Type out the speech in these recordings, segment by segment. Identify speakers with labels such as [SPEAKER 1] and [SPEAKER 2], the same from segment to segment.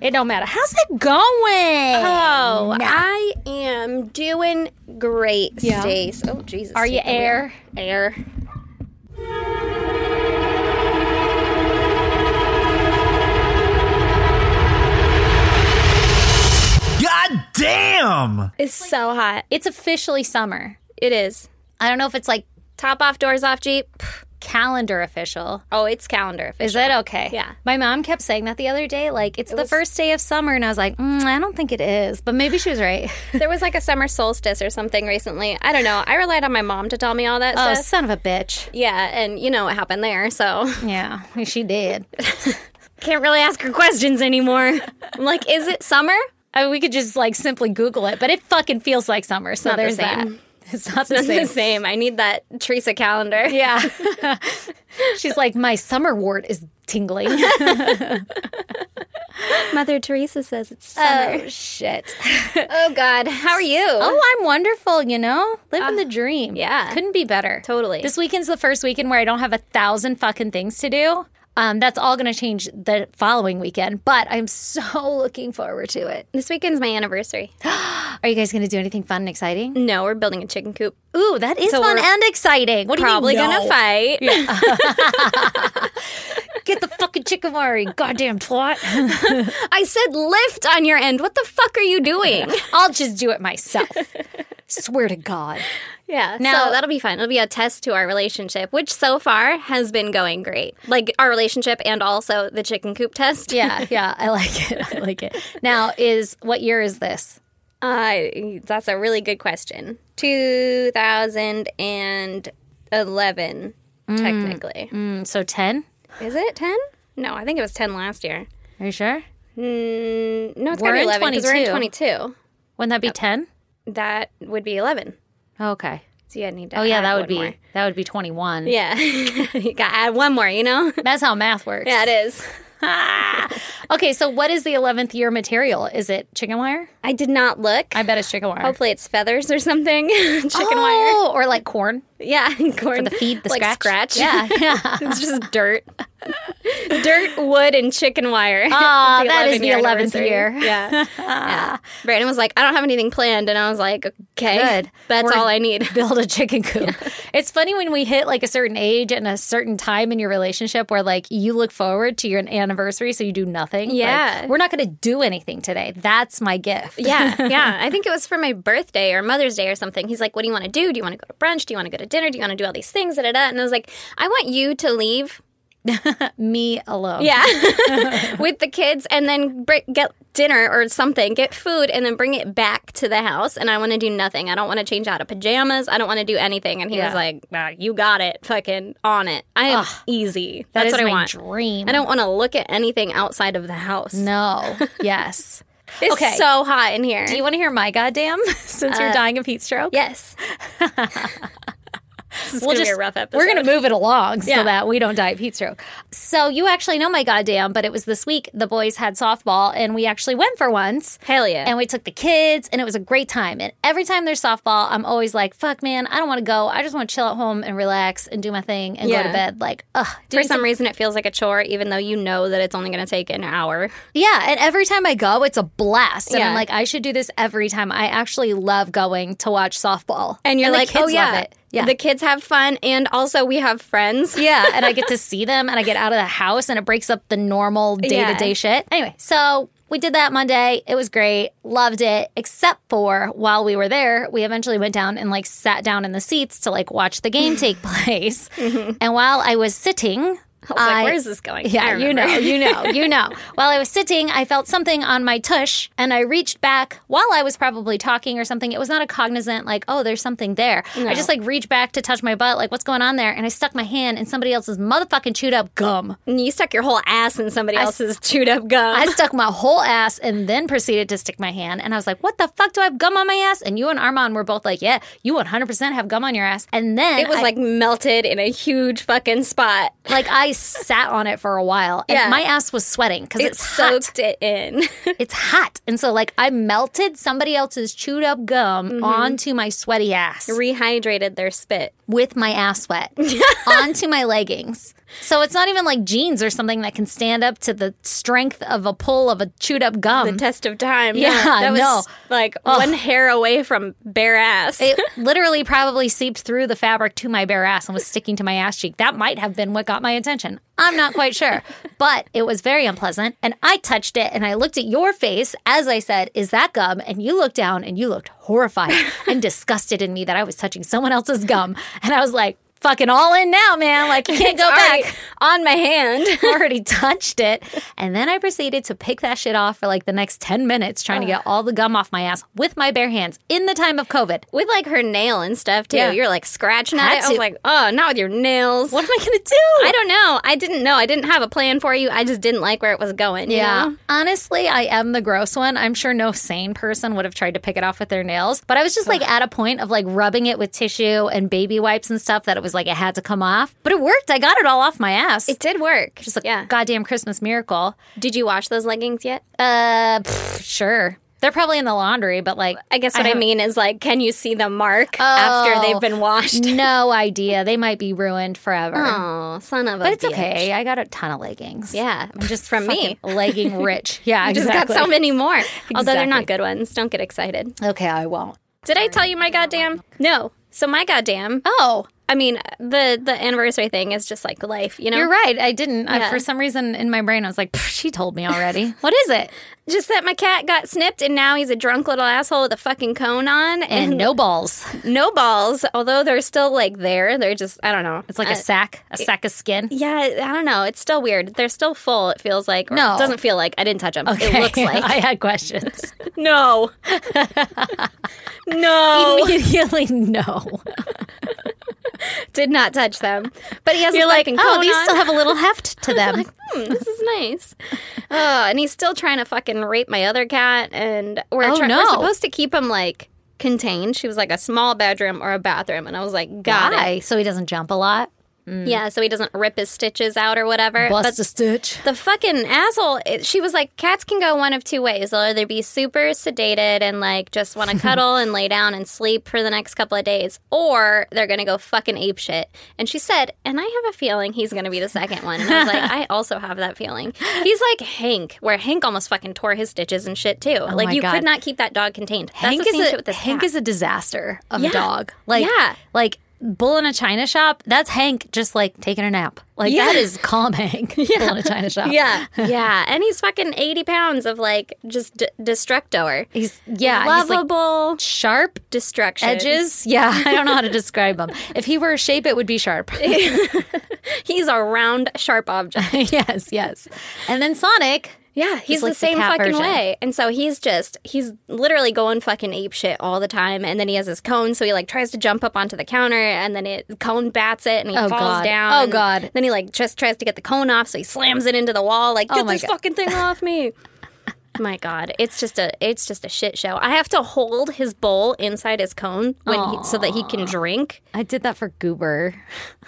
[SPEAKER 1] It don't matter. How's it going?
[SPEAKER 2] Oh, I am doing great,
[SPEAKER 1] Yeah.
[SPEAKER 2] Stace. Oh, Jesus.
[SPEAKER 1] Are you
[SPEAKER 2] take the wheel.
[SPEAKER 1] air?
[SPEAKER 2] Air.
[SPEAKER 3] God damn!
[SPEAKER 2] It's so hot.
[SPEAKER 1] It's officially summer.
[SPEAKER 2] It is.
[SPEAKER 1] I don't know if it's like
[SPEAKER 2] Top off, doors off, Jeep. Pff.
[SPEAKER 1] calendar official.
[SPEAKER 2] Oh, it's calendar.
[SPEAKER 1] Is that okay?
[SPEAKER 2] Yeah.
[SPEAKER 1] My mom kept saying that the other day. Like, it's the first day of summer. And I was like, mm, I don't think it is. But maybe she was right.
[SPEAKER 2] there was like a summer solstice or something recently. I don't know. I relied on my mom to tell me all that
[SPEAKER 1] oh,
[SPEAKER 2] stuff.
[SPEAKER 1] son of a bitch.
[SPEAKER 2] Yeah, and you know what happened there, so
[SPEAKER 1] Yeah, she did.
[SPEAKER 2] can't really ask her questions anymore. I'm like, is it summer?
[SPEAKER 1] I mean, we could just like simply Google it, but it fucking feels like summer. So
[SPEAKER 2] not the
[SPEAKER 1] there's that.
[SPEAKER 2] same.
[SPEAKER 1] It's not the
[SPEAKER 2] It's
[SPEAKER 1] same.
[SPEAKER 2] the same. I need that Teresa calendar.
[SPEAKER 1] Yeah. She's like, my summer wart is tingling.
[SPEAKER 2] Mother Teresa says it's
[SPEAKER 1] oh, shit.
[SPEAKER 2] Oh, God, how are you?
[SPEAKER 1] Oh, I'm wonderful, you know? Living the dream.
[SPEAKER 2] yeah.
[SPEAKER 1] Couldn't be better.
[SPEAKER 2] Totally.
[SPEAKER 1] This weekend's the first weekend where I don't have a thousand fucking things to do. Um, that's all going to change the following weekend, but I'm so looking forward to it.
[SPEAKER 2] This weekend's my anniversary.
[SPEAKER 1] Are you guys going to do anything fun and exciting?
[SPEAKER 2] No, we're building a chicken coop.
[SPEAKER 1] Ooh, that is
[SPEAKER 2] So
[SPEAKER 1] fun
[SPEAKER 2] we're
[SPEAKER 1] and exciting. What are
[SPEAKER 2] Probably
[SPEAKER 1] you mean,
[SPEAKER 2] gonna
[SPEAKER 1] no?
[SPEAKER 2] fight.
[SPEAKER 1] Get the fucking chicken wire, you goddamn twat.
[SPEAKER 2] I said lift on your end. What the fuck are you doing?
[SPEAKER 1] I'll just do it myself. Swear to God.
[SPEAKER 2] Yeah.
[SPEAKER 1] Now-
[SPEAKER 2] so that'll be fun. It'll be a test to our relationship, which so far has been going great. Like our relationship and also the chicken coop test.
[SPEAKER 1] Yeah, yeah, I like it. I like it. Now, is what year is this?
[SPEAKER 2] Uh, that's a really good question. 2011, technically.
[SPEAKER 1] Mm, so 10?
[SPEAKER 2] Is it 10? No, I think it was 10 last year.
[SPEAKER 1] Are you sure?
[SPEAKER 2] Mm, no, it's
[SPEAKER 1] We're
[SPEAKER 2] got to be
[SPEAKER 1] in
[SPEAKER 2] 11 because we're in 22.
[SPEAKER 1] Wouldn't that be 10?
[SPEAKER 2] That would be 11.
[SPEAKER 1] Okay.
[SPEAKER 2] So you need to
[SPEAKER 1] Oh yeah,
[SPEAKER 2] add
[SPEAKER 1] that
[SPEAKER 2] one
[SPEAKER 1] would be
[SPEAKER 2] more.
[SPEAKER 1] that would be 21.
[SPEAKER 2] Yeah. you got to add one more, you know?
[SPEAKER 1] That's how math works.
[SPEAKER 2] yeah, it is.
[SPEAKER 1] Okay, so what is the 11th year material? Is it chicken wire?
[SPEAKER 2] I did not look.
[SPEAKER 1] I bet it's chicken wire.
[SPEAKER 2] Hopefully it's feathers or something. Chicken wire.
[SPEAKER 1] oh, or like corn
[SPEAKER 2] Yeah, corn.
[SPEAKER 1] for the feed, the
[SPEAKER 2] like
[SPEAKER 1] scratch.
[SPEAKER 2] scratch.
[SPEAKER 1] Yeah, yeah.
[SPEAKER 2] it's just dirt. dirt, wood, and chicken wire. Oh,
[SPEAKER 1] Aw, that is the 11th year.
[SPEAKER 2] Yeah. yeah. Brandon was like, I don't have anything planned. And I was like, okay.
[SPEAKER 1] Good.
[SPEAKER 2] That's
[SPEAKER 1] We're-
[SPEAKER 2] all I need.
[SPEAKER 1] Build a chicken coop. It's funny when we hit like a certain age and a certain time in your relationship where like you look forward to your anniversary, so you do nothing. Like,
[SPEAKER 2] Yeah.
[SPEAKER 1] we're not going to do anything today. That's my gift.
[SPEAKER 2] Yeah, yeah. I think it was for my birthday or Mother's Day or something. He's like, What do you want to do? Do you want to go to brunch? Do you want to go to dinner? Do you want to do all these things? Da, da, da. And I was like, I want you to leave
[SPEAKER 1] Me alone.
[SPEAKER 2] Yeah, with the kids, and then br- get dinner or something, get food, and then bring it back to the house. And I want to do nothing. I don't want to change out of pajamas. I don't want to do anything. And he
[SPEAKER 1] Yeah.
[SPEAKER 2] was like, "Ah, "You got it, fucking on it. I am easy.
[SPEAKER 1] That
[SPEAKER 2] That's
[SPEAKER 1] is
[SPEAKER 2] what I
[SPEAKER 1] my
[SPEAKER 2] want.
[SPEAKER 1] dream.
[SPEAKER 2] I don't want to look at anything outside of the house.
[SPEAKER 1] No. Yes.
[SPEAKER 2] It's
[SPEAKER 1] Okay.
[SPEAKER 2] so hot in here.
[SPEAKER 1] Do you want to hear my goddamn since you're dying of heat stroke?
[SPEAKER 2] yes. this is
[SPEAKER 1] We'll
[SPEAKER 2] gonna
[SPEAKER 1] just-
[SPEAKER 2] be a rough episode.
[SPEAKER 1] We're going to move it along so
[SPEAKER 2] Yeah.
[SPEAKER 1] that we don't die of heat stroke. So, you actually know my goddamn, but it was this week the boys had softball and we actually went for once.
[SPEAKER 2] hell yeah.
[SPEAKER 1] And we took the kids and it was a great time. And every time there's softball, I'm always like, fuck, man, I don't want to go. I just want to chill at home and relax and do my thing and go to
[SPEAKER 2] Yeah.
[SPEAKER 1] bed. Like, ugh.
[SPEAKER 2] for some reason, it feels like a chore, even though you know that it's only going to take an hour.
[SPEAKER 1] Yeah, and every time I go, it's a blast. And I'm
[SPEAKER 2] Yeah.
[SPEAKER 1] like, I should do this every time. I actually love going to watch softball.
[SPEAKER 2] and you're
[SPEAKER 1] the
[SPEAKER 2] like,
[SPEAKER 1] kids
[SPEAKER 2] oh yeah,
[SPEAKER 1] love it. Yeah.
[SPEAKER 2] the kids have fun, and also we have friends.
[SPEAKER 1] yeah, and I get to see them and I get out of the house and it breaks up the normal day to day
[SPEAKER 2] Yeah.
[SPEAKER 1] shit. Anyway, so we did that Monday. It was great. Loved it. Except for while we were there, we eventually went down and like sat down in the seats to like watch the game take place. And while Mm-hmm. I was sitting,
[SPEAKER 2] I was like, where is this going? I
[SPEAKER 1] yeah, you know,
[SPEAKER 2] remember.
[SPEAKER 1] you know, you know. While I was sitting, I felt something on my tush and I reached back while I was probably talking or something. It was not a cognizant, like, oh, there's something there. I just like reached back to touch my butt, like, what's going on there? And I stuck my hand in somebody else's motherfucking chewed up gum.
[SPEAKER 2] And you stuck your whole ass in somebody else's chewed up gum.
[SPEAKER 1] I stuck my whole ass and then proceeded to stick my hand. And I was like, what the fuck do I have gum on my ass? And you and Armand were both like, yeah, you 100% have gum on your ass. And then
[SPEAKER 2] it was
[SPEAKER 1] I-
[SPEAKER 2] like melted in a huge fucking spot.
[SPEAKER 1] like I sat on it for a while and
[SPEAKER 2] Yeah.
[SPEAKER 1] my ass was sweating because
[SPEAKER 2] It
[SPEAKER 1] it's hot.
[SPEAKER 2] soaked it in.
[SPEAKER 1] It's hot. And so, like, I melted somebody else's chewed up gum onto my sweaty ass.
[SPEAKER 2] Rehydrated their spit.
[SPEAKER 1] with my ass sweat onto my leggings. So it's not even like jeans or something that can stand up to the strength of a pull of a chewed up gum.
[SPEAKER 2] test of time.
[SPEAKER 1] Mm. Yeah,
[SPEAKER 2] that was
[SPEAKER 1] no.
[SPEAKER 2] like one hair away from bare ass.
[SPEAKER 1] it literally probably seeped through the fabric to my bare ass and was sticking to my ass cheek. That might have been what got my attention. I'm not quite sure, but it was very unpleasant. And I touched it and I looked at your face as I said, Is that gum? And you looked down and you looked horrified and disgusted in me that I was touching someone else's gum. And I was like, Fucking all in now, man. Like, you can't
[SPEAKER 2] It's
[SPEAKER 1] go
[SPEAKER 2] already
[SPEAKER 1] back.
[SPEAKER 2] on my hand.
[SPEAKER 1] already touched it. And then I proceeded to pick that shit off for like the next 10 minutes, trying to get all the gum off my ass with my bare hands in the time of COVID.
[SPEAKER 2] With like her nail and stuff too.
[SPEAKER 1] Yeah.
[SPEAKER 2] You're like scratching at
[SPEAKER 1] Had
[SPEAKER 2] it. I was
[SPEAKER 1] to.
[SPEAKER 2] like, oh, not with your nails.
[SPEAKER 1] What am I going to do?
[SPEAKER 2] I don't know. I didn't know. I didn't have a plan for you. I just didn't like where it was going. you
[SPEAKER 1] Yeah.
[SPEAKER 2] know?
[SPEAKER 1] Honestly, I am the gross one. I'm sure no sane person would have tried to pick it off with their nails, but I was just like at a point of like rubbing it with tissue and baby wipes and stuff that it was like it had to come off. But it worked. I got it all off my ass.
[SPEAKER 2] It did work.
[SPEAKER 1] just like
[SPEAKER 2] yeah.
[SPEAKER 1] goddamn Christmas miracle.
[SPEAKER 2] Did you wash those leggings yet?
[SPEAKER 1] Uh, pff, sure. They're probably in the laundry, but like
[SPEAKER 2] I guess what I,
[SPEAKER 1] haven't-
[SPEAKER 2] mean is like, can you see the mark after Oh. they've been washed?
[SPEAKER 1] no idea. They might be ruined forever.
[SPEAKER 2] Oh, son of a.
[SPEAKER 1] But it's
[SPEAKER 2] bitch.
[SPEAKER 1] okay. I got a ton of leggings.
[SPEAKER 2] Yeah,
[SPEAKER 1] Just
[SPEAKER 2] from me.
[SPEAKER 1] fucking legging rich. Yeah,
[SPEAKER 2] I just
[SPEAKER 1] exactly.
[SPEAKER 2] got so many more. Although they're
[SPEAKER 1] Exactly.
[SPEAKER 2] not good ones. Don't get excited.
[SPEAKER 1] Okay, I won't.
[SPEAKER 2] Did I tell you my goddamn? No. So my goddamn.
[SPEAKER 1] Oh,
[SPEAKER 2] I mean, the the anniversary thing is just like life, you know.
[SPEAKER 1] You're right. I didn't. I,
[SPEAKER 2] Yeah.
[SPEAKER 1] for some reason, in my brain, I was like, "Pff, she told me already. what is it?
[SPEAKER 2] Just that my cat got snipped, and now he's a drunk little asshole with a fucking cone on and,
[SPEAKER 1] And no balls.
[SPEAKER 2] no balls. Although they're still like there. They're just I don't know.
[SPEAKER 1] It's like
[SPEAKER 2] Uh,
[SPEAKER 1] a sack, a sack of skin.
[SPEAKER 2] Yeah, I don't know. It's still weird. They're still full. It feels like. or
[SPEAKER 1] No.
[SPEAKER 2] it doesn't feel like. I didn't touch them. It looks like.
[SPEAKER 1] I had questions.
[SPEAKER 2] no. no.
[SPEAKER 1] Immediately, no.
[SPEAKER 2] did not touch them. But he has
[SPEAKER 1] You're
[SPEAKER 2] a
[SPEAKER 1] like,
[SPEAKER 2] fucking
[SPEAKER 1] oh,
[SPEAKER 2] cone
[SPEAKER 1] these
[SPEAKER 2] on.
[SPEAKER 1] still have a little heft to them.
[SPEAKER 2] Hmm, this is nice. Oh, and he's still trying to fucking rape my other cat, and we're,
[SPEAKER 1] Oh,
[SPEAKER 2] try-
[SPEAKER 1] no.
[SPEAKER 2] we're supposed to keep him like contained. She was like a small bedroom or a bathroom, and I was like, got
[SPEAKER 1] Why?
[SPEAKER 2] it.
[SPEAKER 1] So he doesn't jump a lot.
[SPEAKER 2] Yeah, so he doesn't rip his stitches out or whatever. but
[SPEAKER 1] a stitch.
[SPEAKER 2] the fucking asshole, it, she was like, cats can go one of two ways. They'll either be super sedated and like just want to cuddle and lay down and sleep for the next couple of days, or they're going to go fucking ape shit. And she said, and I have a feeling he's going to be the second one. And I was like, I also have that feeling. He's like Hank, where Hank almost fucking tore his stitches and shit too. like,
[SPEAKER 1] Oh my
[SPEAKER 2] you
[SPEAKER 1] God.
[SPEAKER 2] could not keep that dog contained. That's
[SPEAKER 1] Hank
[SPEAKER 2] the same
[SPEAKER 1] is a
[SPEAKER 2] shit with this
[SPEAKER 1] Hank
[SPEAKER 2] cat.
[SPEAKER 1] is a disaster of a
[SPEAKER 2] Yeah.
[SPEAKER 1] dog. Like
[SPEAKER 2] Yeah.
[SPEAKER 1] like bull in a china shop. That's Hank just like taking a nap. Like
[SPEAKER 2] Yeah.
[SPEAKER 1] that is calm Hank. Bull in a china shop.
[SPEAKER 2] yeah, yeah, and he's fucking eighty pounds of like just d- destructor,
[SPEAKER 1] He's yeah. He's like
[SPEAKER 2] lovable
[SPEAKER 1] sharp
[SPEAKER 2] destruction
[SPEAKER 1] edges. Yeah, I don't know how to describe them. If he were a shape, it would be sharp.
[SPEAKER 2] He's a round, sharp object.
[SPEAKER 1] yes, yes. And then Sonic.
[SPEAKER 2] Yeah, he's,
[SPEAKER 1] like
[SPEAKER 2] the
[SPEAKER 1] the
[SPEAKER 2] same
[SPEAKER 1] cat
[SPEAKER 2] fucking
[SPEAKER 1] version.
[SPEAKER 2] way. And so he's just, he's literally going fucking ape shit all the time. And then he has his cone, so he like tries to jump up onto the counter, and then it cone bats it, and he
[SPEAKER 1] Oh,
[SPEAKER 2] falls
[SPEAKER 1] God.
[SPEAKER 2] down.
[SPEAKER 1] Oh,
[SPEAKER 2] and
[SPEAKER 1] God.
[SPEAKER 2] Then he like just tries to get the cone off, so he slams it into the wall, like get
[SPEAKER 1] Oh, my
[SPEAKER 2] this
[SPEAKER 1] God.
[SPEAKER 2] fucking thing off me. My God, it's just a it's just a shit show. I have to hold his bowl inside his cone when he, so that he can drink.
[SPEAKER 1] I did that for Goober.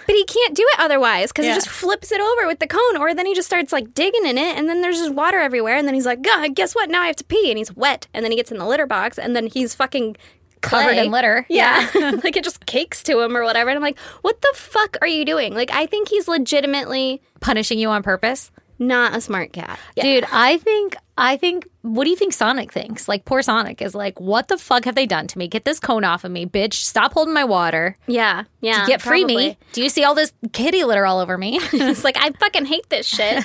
[SPEAKER 2] But he can't do it otherwise because
[SPEAKER 1] Yeah.
[SPEAKER 2] he just flips it over with the cone, or then he just starts like digging in it, and then there's just water everywhere, and then he's like, God, guess what? Now I have to pee, and he's wet, and then he gets in the litter box, and then he's fucking
[SPEAKER 1] Covered
[SPEAKER 2] clay.
[SPEAKER 1] in litter.
[SPEAKER 2] Yeah, like it just cakes to him or whatever, and I'm like, what the fuck are you doing? Like, I think he's legitimately
[SPEAKER 1] Punishing you on purpose.
[SPEAKER 2] not a smart cat. Yeah.
[SPEAKER 1] Dude, I think I think what do you think Sonic thinks? Like poor Sonic is like, what the fuck have they done to me? Get this cone off of me, bitch. Stop holding my water.
[SPEAKER 2] Yeah, yeah.
[SPEAKER 1] Get free me.
[SPEAKER 2] Um, probably.
[SPEAKER 1] Do you see all this kitty litter all over me?
[SPEAKER 2] It's like I fucking hate this shit.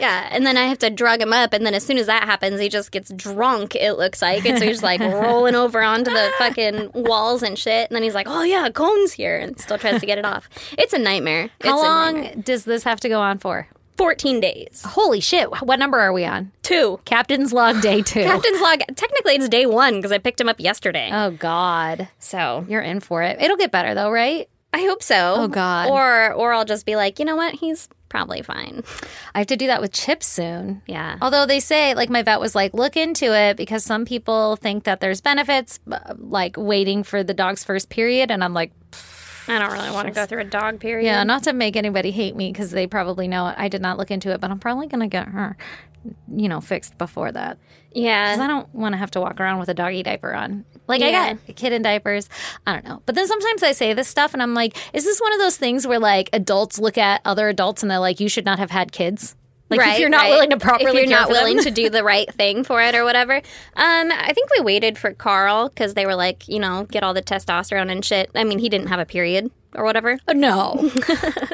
[SPEAKER 2] yeah, and then I have to drug him up, and then as soon as that happens, he just gets drunk. It looks like, and so he's like rolling over onto the fucking walls and shit. And then he's like, "Oh yeah, cone's here," and still tries to get it off. It's a nightmare.
[SPEAKER 1] How
[SPEAKER 2] It's a nightmare.
[SPEAKER 1] long Oh. does this have to go on for?
[SPEAKER 2] Fourteen days.
[SPEAKER 1] Holy shit. What number are we on?
[SPEAKER 2] Two.
[SPEAKER 1] Captain's log day two.
[SPEAKER 2] Captain's log. Technically, it's day one because I picked him up yesterday.
[SPEAKER 1] oh God.
[SPEAKER 2] so
[SPEAKER 1] You're in for it. It'll get better though, right?
[SPEAKER 2] I hope so. Oh
[SPEAKER 1] God.
[SPEAKER 2] Or or I'll just be like, you know what? He's probably fine.
[SPEAKER 1] I have to do that with chips soon.
[SPEAKER 2] Yeah.
[SPEAKER 1] Although they say, like, my vet was like, look into it because some people think that there's benefits, b- like waiting for the dog's first period. And I'm like,
[SPEAKER 2] I don't really want to go through a dog period.
[SPEAKER 1] yeah, not to make anybody hate me because they probably know it. I did not look into it, but I'm probably going to get her you know, fixed before that.
[SPEAKER 2] Yeah.
[SPEAKER 1] 'Cause I don't want to have to walk around with a doggy diaper on. Like I
[SPEAKER 2] Yeah.
[SPEAKER 1] got a kid in diapers. I don't know. But then sometimes I say this stuff and I'm like, is this one of those things where like adults look at other adults and they're like, you should not have had kids? Like if you're not
[SPEAKER 2] right.
[SPEAKER 1] willing to
[SPEAKER 2] If
[SPEAKER 1] properly
[SPEAKER 2] you're
[SPEAKER 1] care
[SPEAKER 2] not
[SPEAKER 1] for them.
[SPEAKER 2] willing to do the right thing for it or whatever. Um, I think we waited for Carl because they were like, you know, get all the testosterone and shit. I mean, he didn't have a period or whatever,
[SPEAKER 1] no.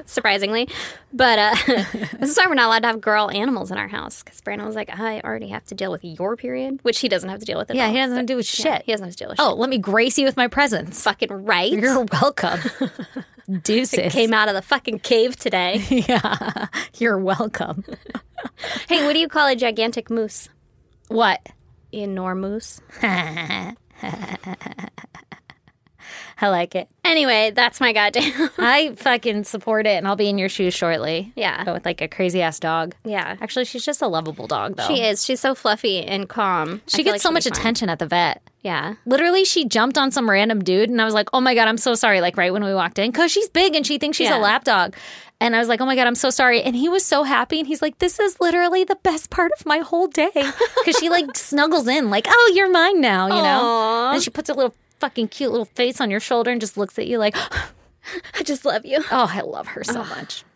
[SPEAKER 2] surprisingly. But uh, this is why we're not allowed to have girl animals in our house because Brandon was like, I already have to deal with your period, which he doesn't have to deal with at
[SPEAKER 1] Yeah,
[SPEAKER 2] all.
[SPEAKER 1] he doesn't do shit.
[SPEAKER 2] He doesn't have to deal with shit.
[SPEAKER 1] oh, let me grace you with my presence.
[SPEAKER 2] Fucking right.
[SPEAKER 1] You're welcome. Deuces.
[SPEAKER 2] Came out of the fucking cave today.
[SPEAKER 1] You're welcome.
[SPEAKER 2] hey, what do you call a gigantic moose?
[SPEAKER 1] What?
[SPEAKER 2] Enormous.
[SPEAKER 1] I like it.
[SPEAKER 2] Anyway, that's my goddamn.
[SPEAKER 1] I fucking support it, and I'll be in your shoes shortly.
[SPEAKER 2] Yeah.
[SPEAKER 1] but with like a crazy ass dog.
[SPEAKER 2] yeah.
[SPEAKER 1] Actually, she's just a lovable dog, though.
[SPEAKER 2] She is. She's so fluffy and calm. I
[SPEAKER 1] She
[SPEAKER 2] feel
[SPEAKER 1] gets
[SPEAKER 2] like
[SPEAKER 1] so
[SPEAKER 2] she'll
[SPEAKER 1] much
[SPEAKER 2] be fine.
[SPEAKER 1] attention at the vet.
[SPEAKER 2] Yeah.
[SPEAKER 1] Literally, she jumped on some random dude, and I was like, "Oh my god, I'm so sorry!" Like right when we walked in, because she's big and she thinks she's
[SPEAKER 2] Yeah.
[SPEAKER 1] a lap dog, and I was like, "Oh my god, I'm so sorry!" And he was so happy, and he's like, "This is literally the best part of my whole day," because she like snuggles in, like, "Oh, you're mine now," you know. And she puts a little fucking cute little face on your shoulder and just looks at you like,
[SPEAKER 2] I just love you.
[SPEAKER 1] "Oh, I love her so much."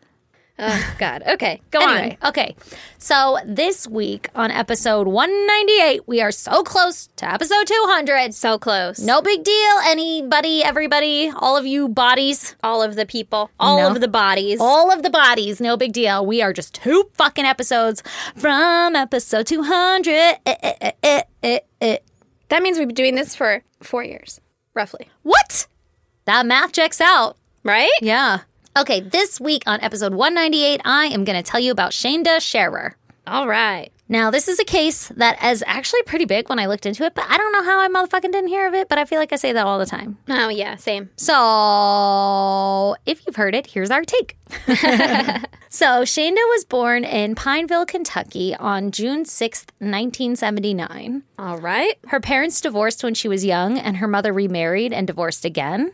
[SPEAKER 2] Oh, God. Okay. Go
[SPEAKER 1] anyway, okay. So this week on episode 198, we are so close to episode 200.
[SPEAKER 2] on. So close.
[SPEAKER 1] No big deal, anybody, everybody, all of you bodies,
[SPEAKER 2] All of the people, all
[SPEAKER 1] No.
[SPEAKER 2] of the bodies.
[SPEAKER 1] all of the bodies, no big deal. We are just two fucking episodes from episode 200. Eh, eh, eh, eh, eh, eh.
[SPEAKER 2] that means we've been doing this for four years, roughly.
[SPEAKER 1] What? That math checks out.
[SPEAKER 2] Right?
[SPEAKER 1] Yeah. Okay, this week on episode 198, I am going to tell you about Shanda Scherer.
[SPEAKER 2] All right.
[SPEAKER 1] Now, this is a case that is actually pretty big when I looked into it, but I don't know how I motherfucking didn't hear of it, but I feel like I say that all the time.
[SPEAKER 2] Oh, yeah. Same.
[SPEAKER 1] So, if you've heard it, here's our take. so, Shanda was born in Pineville, Kentucky on June 6th, 1979.
[SPEAKER 2] All right.
[SPEAKER 1] Her parents divorced when she was young, and her mother remarried and divorced again.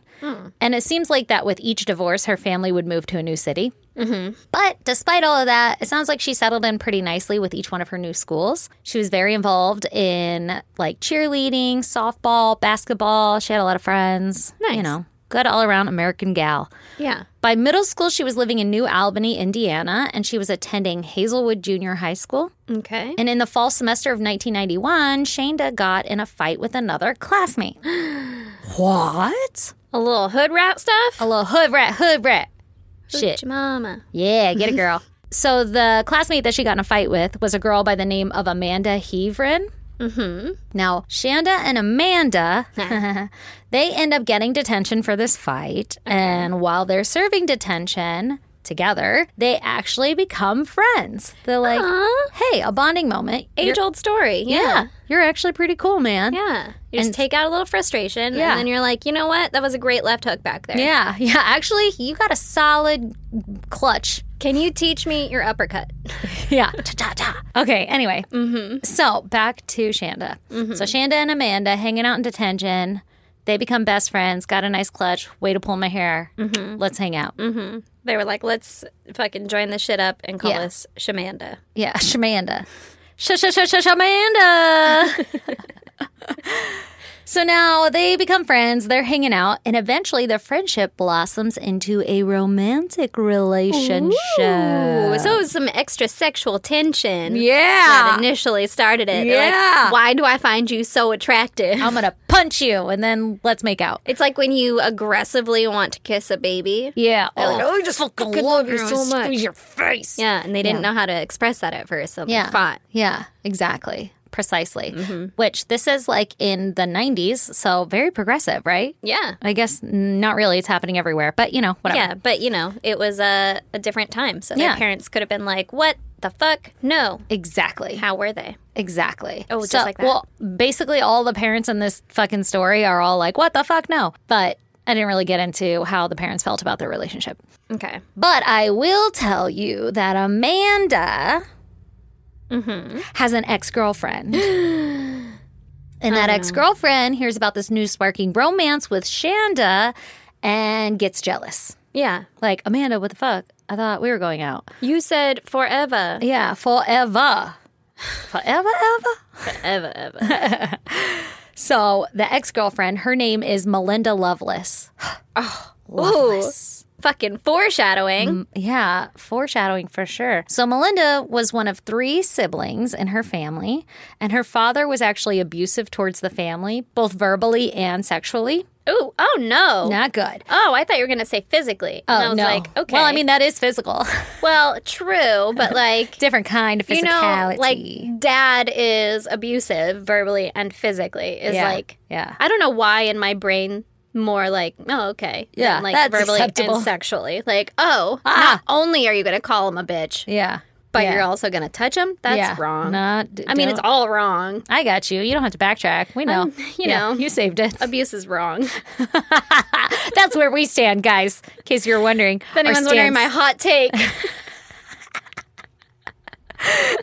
[SPEAKER 1] And it seems like that with each divorce, her family would move to a new city. But despite all of that, it sounds like she settled in pretty nicely with each one of her new schools. She was very involved in like cheerleading, softball, basketball. She had a lot of friends. You
[SPEAKER 2] Nice.
[SPEAKER 1] know, good all around American gal.
[SPEAKER 2] Yeah.
[SPEAKER 1] By middle school, she was living in New Albany, Indiana, and she was attending Hazelwood Junior High School.
[SPEAKER 2] Okay.
[SPEAKER 1] And in the fall semester of 1991, Shanda got in a fight with another classmate. what?
[SPEAKER 2] A little hood rat stuff.
[SPEAKER 1] A little hood rat, hood rat. Shit.
[SPEAKER 2] Hooch Mama.
[SPEAKER 1] Yeah, get a girl. so the classmate that she got in a fight with was a girl by the name of Amanda Hevren. Mm-hmm. Now, Shanda and Amanda, they end up getting detention for this fight. And while they're serving detention together, they actually become friends. They're like,
[SPEAKER 2] Aw.
[SPEAKER 1] hey, a bonding moment. You're-
[SPEAKER 2] Age old story.
[SPEAKER 1] yeah,
[SPEAKER 2] Yeah.
[SPEAKER 1] you're actually pretty cool, man.
[SPEAKER 2] Yeah. You just take out a little frustration,
[SPEAKER 1] Yeah.
[SPEAKER 2] and then you're like, you know what? That was a great left hook back there.
[SPEAKER 1] yeah, yeah. Actually, you got a solid clutch.
[SPEAKER 2] Can you teach me your uppercut?
[SPEAKER 1] Yeah. Ta-ta-ta. Okay. Anyway, mm-hmm. so back to Shanda. So Shanda and Amanda hanging out in detention. They become best friends. Got a nice clutch. Way to pull my hair. Let's hang out.
[SPEAKER 2] They were like, let's fucking join the shit up and call
[SPEAKER 1] Yeah.
[SPEAKER 2] us Shamanda.
[SPEAKER 1] Yeah, Shamanda. Shamanda. so now they become friends, they're hanging out, and eventually their friendship blossoms into a romantic relationship.
[SPEAKER 2] Ooh, so it was some extra sexual tension.
[SPEAKER 1] Yeah.
[SPEAKER 2] That initially started it. They're like,
[SPEAKER 1] Yeah.
[SPEAKER 2] Why do I find you so attractive?
[SPEAKER 1] I'm going to punch you and then let's make out.
[SPEAKER 2] it's like when you aggressively want to kiss a baby.
[SPEAKER 1] Yeah.
[SPEAKER 2] They're like,
[SPEAKER 1] Oh, I just fucking love you so much. Squeeze your face.
[SPEAKER 2] Yeah, and they didn't know how to express that at first, so they
[SPEAKER 1] Yeah.
[SPEAKER 2] fought.
[SPEAKER 1] Yeah, exactly. Precisely. Which this is like in the 90s, so very progressive, right?
[SPEAKER 2] Yeah.
[SPEAKER 1] I guess not really. It's happening everywhere, but you know, whatever.
[SPEAKER 2] Yeah, but you know, it was a, a different time, so
[SPEAKER 1] Yeah.
[SPEAKER 2] their parents could have been like, what the fuck? No.
[SPEAKER 1] Exactly.
[SPEAKER 2] How were they?
[SPEAKER 1] Exactly.
[SPEAKER 2] Oh, just like that.
[SPEAKER 1] Well, basically, all the parents in this fucking story are all like, what the fuck? No. But I didn't really get into how the parents felt about their relationship.
[SPEAKER 2] Okay.
[SPEAKER 1] But I will tell you that Amanda has an ex girlfriend. and that ex girlfriend hears about this new sparking romance with Shanda and gets jealous.
[SPEAKER 2] Yeah.
[SPEAKER 1] Like, Amanda, what the fuck? I thought we were going out.
[SPEAKER 2] You said forever.
[SPEAKER 1] Yeah, forever. Forever, ever.
[SPEAKER 2] Ever, ever.
[SPEAKER 1] So the ex girlfriend, her name is Melinda Lovelace.
[SPEAKER 2] Ooh. Fucking foreshadowing.
[SPEAKER 1] Mm. Yeah, foreshadowing for sure. So, Melinda was one of three siblings in her family, and her father was actually abusive towards the family, both verbally and sexually.
[SPEAKER 2] Ooh, oh no.
[SPEAKER 1] Not good.
[SPEAKER 2] Oh, I thought you were going to say physically.
[SPEAKER 1] Oh,
[SPEAKER 2] and I was
[SPEAKER 1] no.
[SPEAKER 2] like, okay.
[SPEAKER 1] Well, I mean, that is physical.
[SPEAKER 2] well, true, but like,
[SPEAKER 1] Different kind of physicality.
[SPEAKER 2] you know, like dad is abusive verbally and physically. Is
[SPEAKER 1] Yeah,
[SPEAKER 2] like,
[SPEAKER 1] yeah.
[SPEAKER 2] I don't know why in my brain more like, oh, okay. than,
[SPEAKER 1] Yeah,
[SPEAKER 2] Like
[SPEAKER 1] that's
[SPEAKER 2] verbally
[SPEAKER 1] acceptable.
[SPEAKER 2] and sexually. Like, oh,
[SPEAKER 1] Ah.
[SPEAKER 2] not only are you going to call him a bitch,
[SPEAKER 1] yeah.
[SPEAKER 2] but
[SPEAKER 1] Yeah.
[SPEAKER 2] you're also going to touch him? That's
[SPEAKER 1] Yeah.
[SPEAKER 2] wrong.
[SPEAKER 1] Not,
[SPEAKER 2] I mean, it's all wrong.
[SPEAKER 1] I got you. You don't have to backtrack. We know. Uh,
[SPEAKER 2] Um, you
[SPEAKER 1] Yeah,
[SPEAKER 2] know.
[SPEAKER 1] you saved it.
[SPEAKER 2] Abuse is wrong. If
[SPEAKER 1] That's where we stand, guys. In case you're wondering. If
[SPEAKER 2] anyone's wondering my hot take,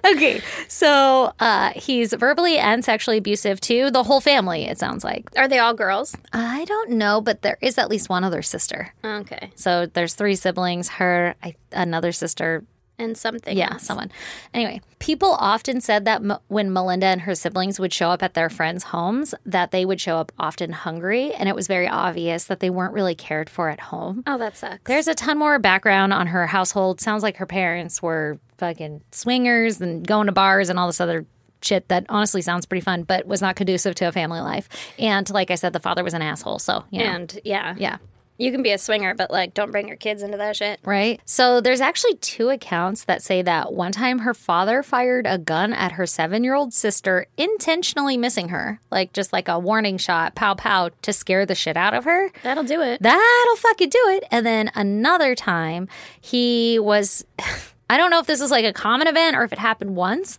[SPEAKER 1] okay. So uh, he's verbally and sexually abusive to the whole family, it sounds like.
[SPEAKER 2] are they all girls?
[SPEAKER 1] I don't know, but there is at least one other sister.
[SPEAKER 2] Okay.
[SPEAKER 1] So there's three siblings, her, I, another sister.
[SPEAKER 2] And something.
[SPEAKER 1] Yeah, someone. Anyway, people often said that M- when Melinda and her siblings would show up at their friends' homes, that they would show up often hungry, and it was very obvious that they weren't really cared for at home.
[SPEAKER 2] Oh, that sucks.
[SPEAKER 1] There's a ton more background on her household. Sounds like her parents were fucking swingers and going to bars and all this other shit that honestly sounds pretty fun, but was not conducive to a family life. And like I said, the father was an asshole. So, you know,
[SPEAKER 2] and yeah.
[SPEAKER 1] yeah.
[SPEAKER 2] You can be a swinger, but like don't bring your kids into that shit.
[SPEAKER 1] Right. So there's actually two accounts that say that one time her father fired a gun at her seven year old sister, intentionally missing her, like just like a warning shot, pow pow, to scare the shit out of her.
[SPEAKER 2] That'll do it.
[SPEAKER 1] that'll fucking do it. And then another time, he was, I don't know if this is like a common event or if it happened once,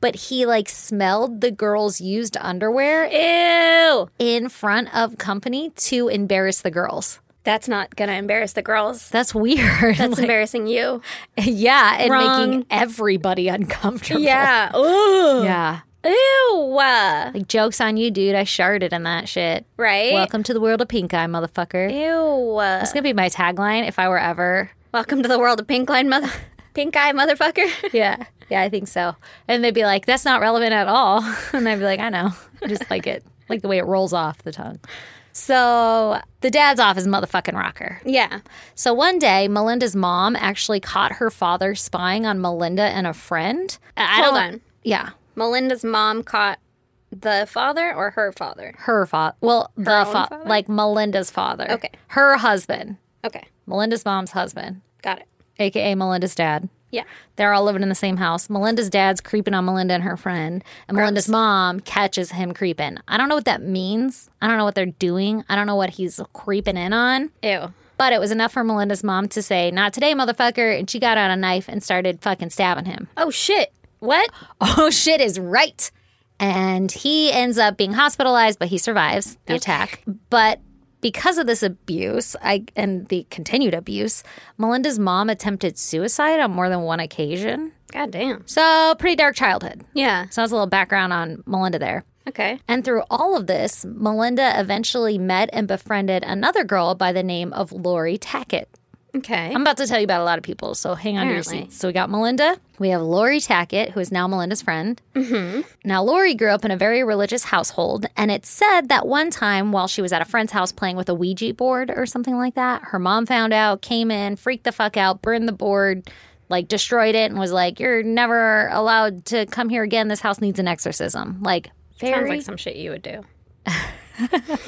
[SPEAKER 1] but he like smelled the girl's used underwear
[SPEAKER 2] Ew.
[SPEAKER 1] in front of company to embarrass the girls.
[SPEAKER 2] That's not gonna embarrass the girls.
[SPEAKER 1] That's weird.
[SPEAKER 2] That's embarrassing you.
[SPEAKER 1] yeah, and
[SPEAKER 2] Wrong.
[SPEAKER 1] making everybody uncomfortable.
[SPEAKER 2] Yeah. Ooh.
[SPEAKER 1] Yeah.
[SPEAKER 2] Ew. uh,
[SPEAKER 1] Like jokes on you, dude. I sharded in that shit.
[SPEAKER 2] Right?
[SPEAKER 1] Welcome to the world of pink eye, motherfucker.
[SPEAKER 2] Ew. uh,
[SPEAKER 1] It's gonna be my tagline if I were ever
[SPEAKER 2] Welcome to the world of pink line mother pink eye motherfucker.
[SPEAKER 1] Yeah. Yeah, I think so. And they'd be like, that's not relevant at all. And I'd be like, I know. I just like it. Like the way it rolls off the tongue. So the dad's off his motherfucking rocker.
[SPEAKER 2] yeah.
[SPEAKER 1] So one day, Melinda's mom actually caught her father spying on Melinda and a friend.
[SPEAKER 2] I Hold
[SPEAKER 1] Call-
[SPEAKER 2] on.
[SPEAKER 1] Yeah.
[SPEAKER 2] Melinda's mom caught the father or her father?
[SPEAKER 1] Her father. Well, the
[SPEAKER 2] own
[SPEAKER 1] fa-
[SPEAKER 2] father?
[SPEAKER 1] like Melinda's father.
[SPEAKER 2] Okay.
[SPEAKER 1] Her husband,
[SPEAKER 2] Okay.
[SPEAKER 1] Melinda's mom's husband,
[SPEAKER 2] Got it.
[SPEAKER 1] AKA Melinda's dad.
[SPEAKER 2] Yeah.
[SPEAKER 1] They're all living in the same house. Melinda's dad's creeping on Melinda and her friend, and Melinda's mom catches him creeping. I don't know what that means. I don't know what they're doing. I don't know what he's creeping in on,
[SPEAKER 2] Ew.
[SPEAKER 1] but it was enough for Melinda's mom to say, Not today, motherfucker. And she got out a knife and started fucking stabbing him.
[SPEAKER 2] Oh shit. What?
[SPEAKER 1] Oh, shit is right. And he ends up being hospitalized, but he survives the attack. But because of this abuse I, and the continued abuse, Melinda's mom attempted suicide on more than one occasion.
[SPEAKER 2] God damn.
[SPEAKER 1] So, pretty dark childhood.
[SPEAKER 2] Yeah.
[SPEAKER 1] So, that's a little background on Melinda there.
[SPEAKER 2] Okay.
[SPEAKER 1] And through all of this, Melinda eventually met and befriended another girl by the name of Lori Tackett.
[SPEAKER 2] Okay.
[SPEAKER 1] I'm about to tell you about a lot of people, so hang on to your
[SPEAKER 2] Apparently.
[SPEAKER 1] seats. So, we got Melinda, we have Lori Tackett, who is now Melinda's friend. Mm-hmm. Now, Lori grew up in a very religious household, and it's said that one time while she was at a friend's house playing with a Ouija board or something like that, her mom found out, came in, freaked the fuck out, burned the board. Like destroyed it and was like, "You're never allowed to come here again. This house needs an exorcism." Like,
[SPEAKER 2] Sounds
[SPEAKER 1] very.
[SPEAKER 2] like some shit you would do.
[SPEAKER 1] I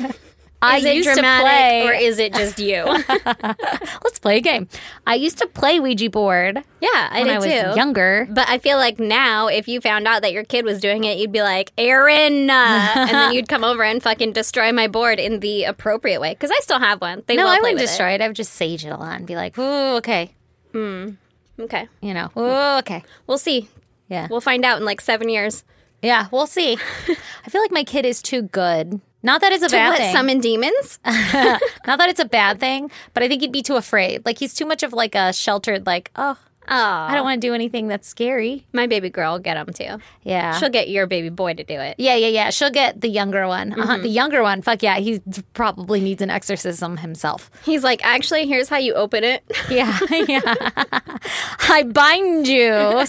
[SPEAKER 2] Is it
[SPEAKER 1] used to
[SPEAKER 2] dramatic
[SPEAKER 1] play.
[SPEAKER 2] or is it just you?
[SPEAKER 1] Let's play a game. I used to play Ouija board
[SPEAKER 2] yeah, I
[SPEAKER 1] when
[SPEAKER 2] did
[SPEAKER 1] I was
[SPEAKER 2] too.
[SPEAKER 1] younger.
[SPEAKER 2] But I feel like now, if you found out that your kid was doing it, you'd be like, Aaron, uh," and then you'd come over and fucking destroy my board in the appropriate way. Because I still have one. They
[SPEAKER 1] No,
[SPEAKER 2] will
[SPEAKER 1] I
[SPEAKER 2] play
[SPEAKER 1] wouldn't
[SPEAKER 2] with
[SPEAKER 1] destroy it. I would just sage it a lot and be like, "Ooh, okay,
[SPEAKER 2] It. Okay,
[SPEAKER 1] you know, ooh, okay,
[SPEAKER 2] we'll see.
[SPEAKER 1] yeah,
[SPEAKER 2] We'll find out in like seven years.
[SPEAKER 1] yeah, we'll see." I feel like my kid is too good. Not that it's a bad
[SPEAKER 2] what
[SPEAKER 1] thing.
[SPEAKER 2] summon demons?
[SPEAKER 1] Not that it's a bad thing, but I think he'd be too afraid. Like he's too much of like a sheltered, like, oh, I don't want to do anything that's scary.
[SPEAKER 2] Ah, My baby girl will get them too.
[SPEAKER 1] Yeah.
[SPEAKER 2] She'll get your baby boy to do it.
[SPEAKER 1] yeah, yeah, yeah. She'll get the younger one. Uh-huh. The younger one, fuck yeah, he probably needs an exorcism himself.
[SPEAKER 2] He's like, actually, here's how you open it.
[SPEAKER 1] Yeah, yeah. I bind you,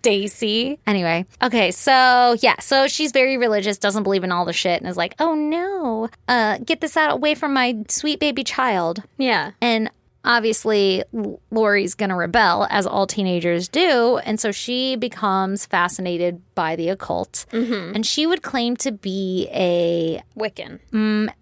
[SPEAKER 1] Stacy. Anyway, okay, so yeah, so she's very religious, doesn't believe in all the shit, and is like, oh no, uh, get this out away from my sweet baby child.
[SPEAKER 2] Yeah.
[SPEAKER 1] And obviously, L- Lori's going to rebel, as all teenagers do. And so she becomes fascinated by the occult. And she would claim to be a
[SPEAKER 2] Wiccan.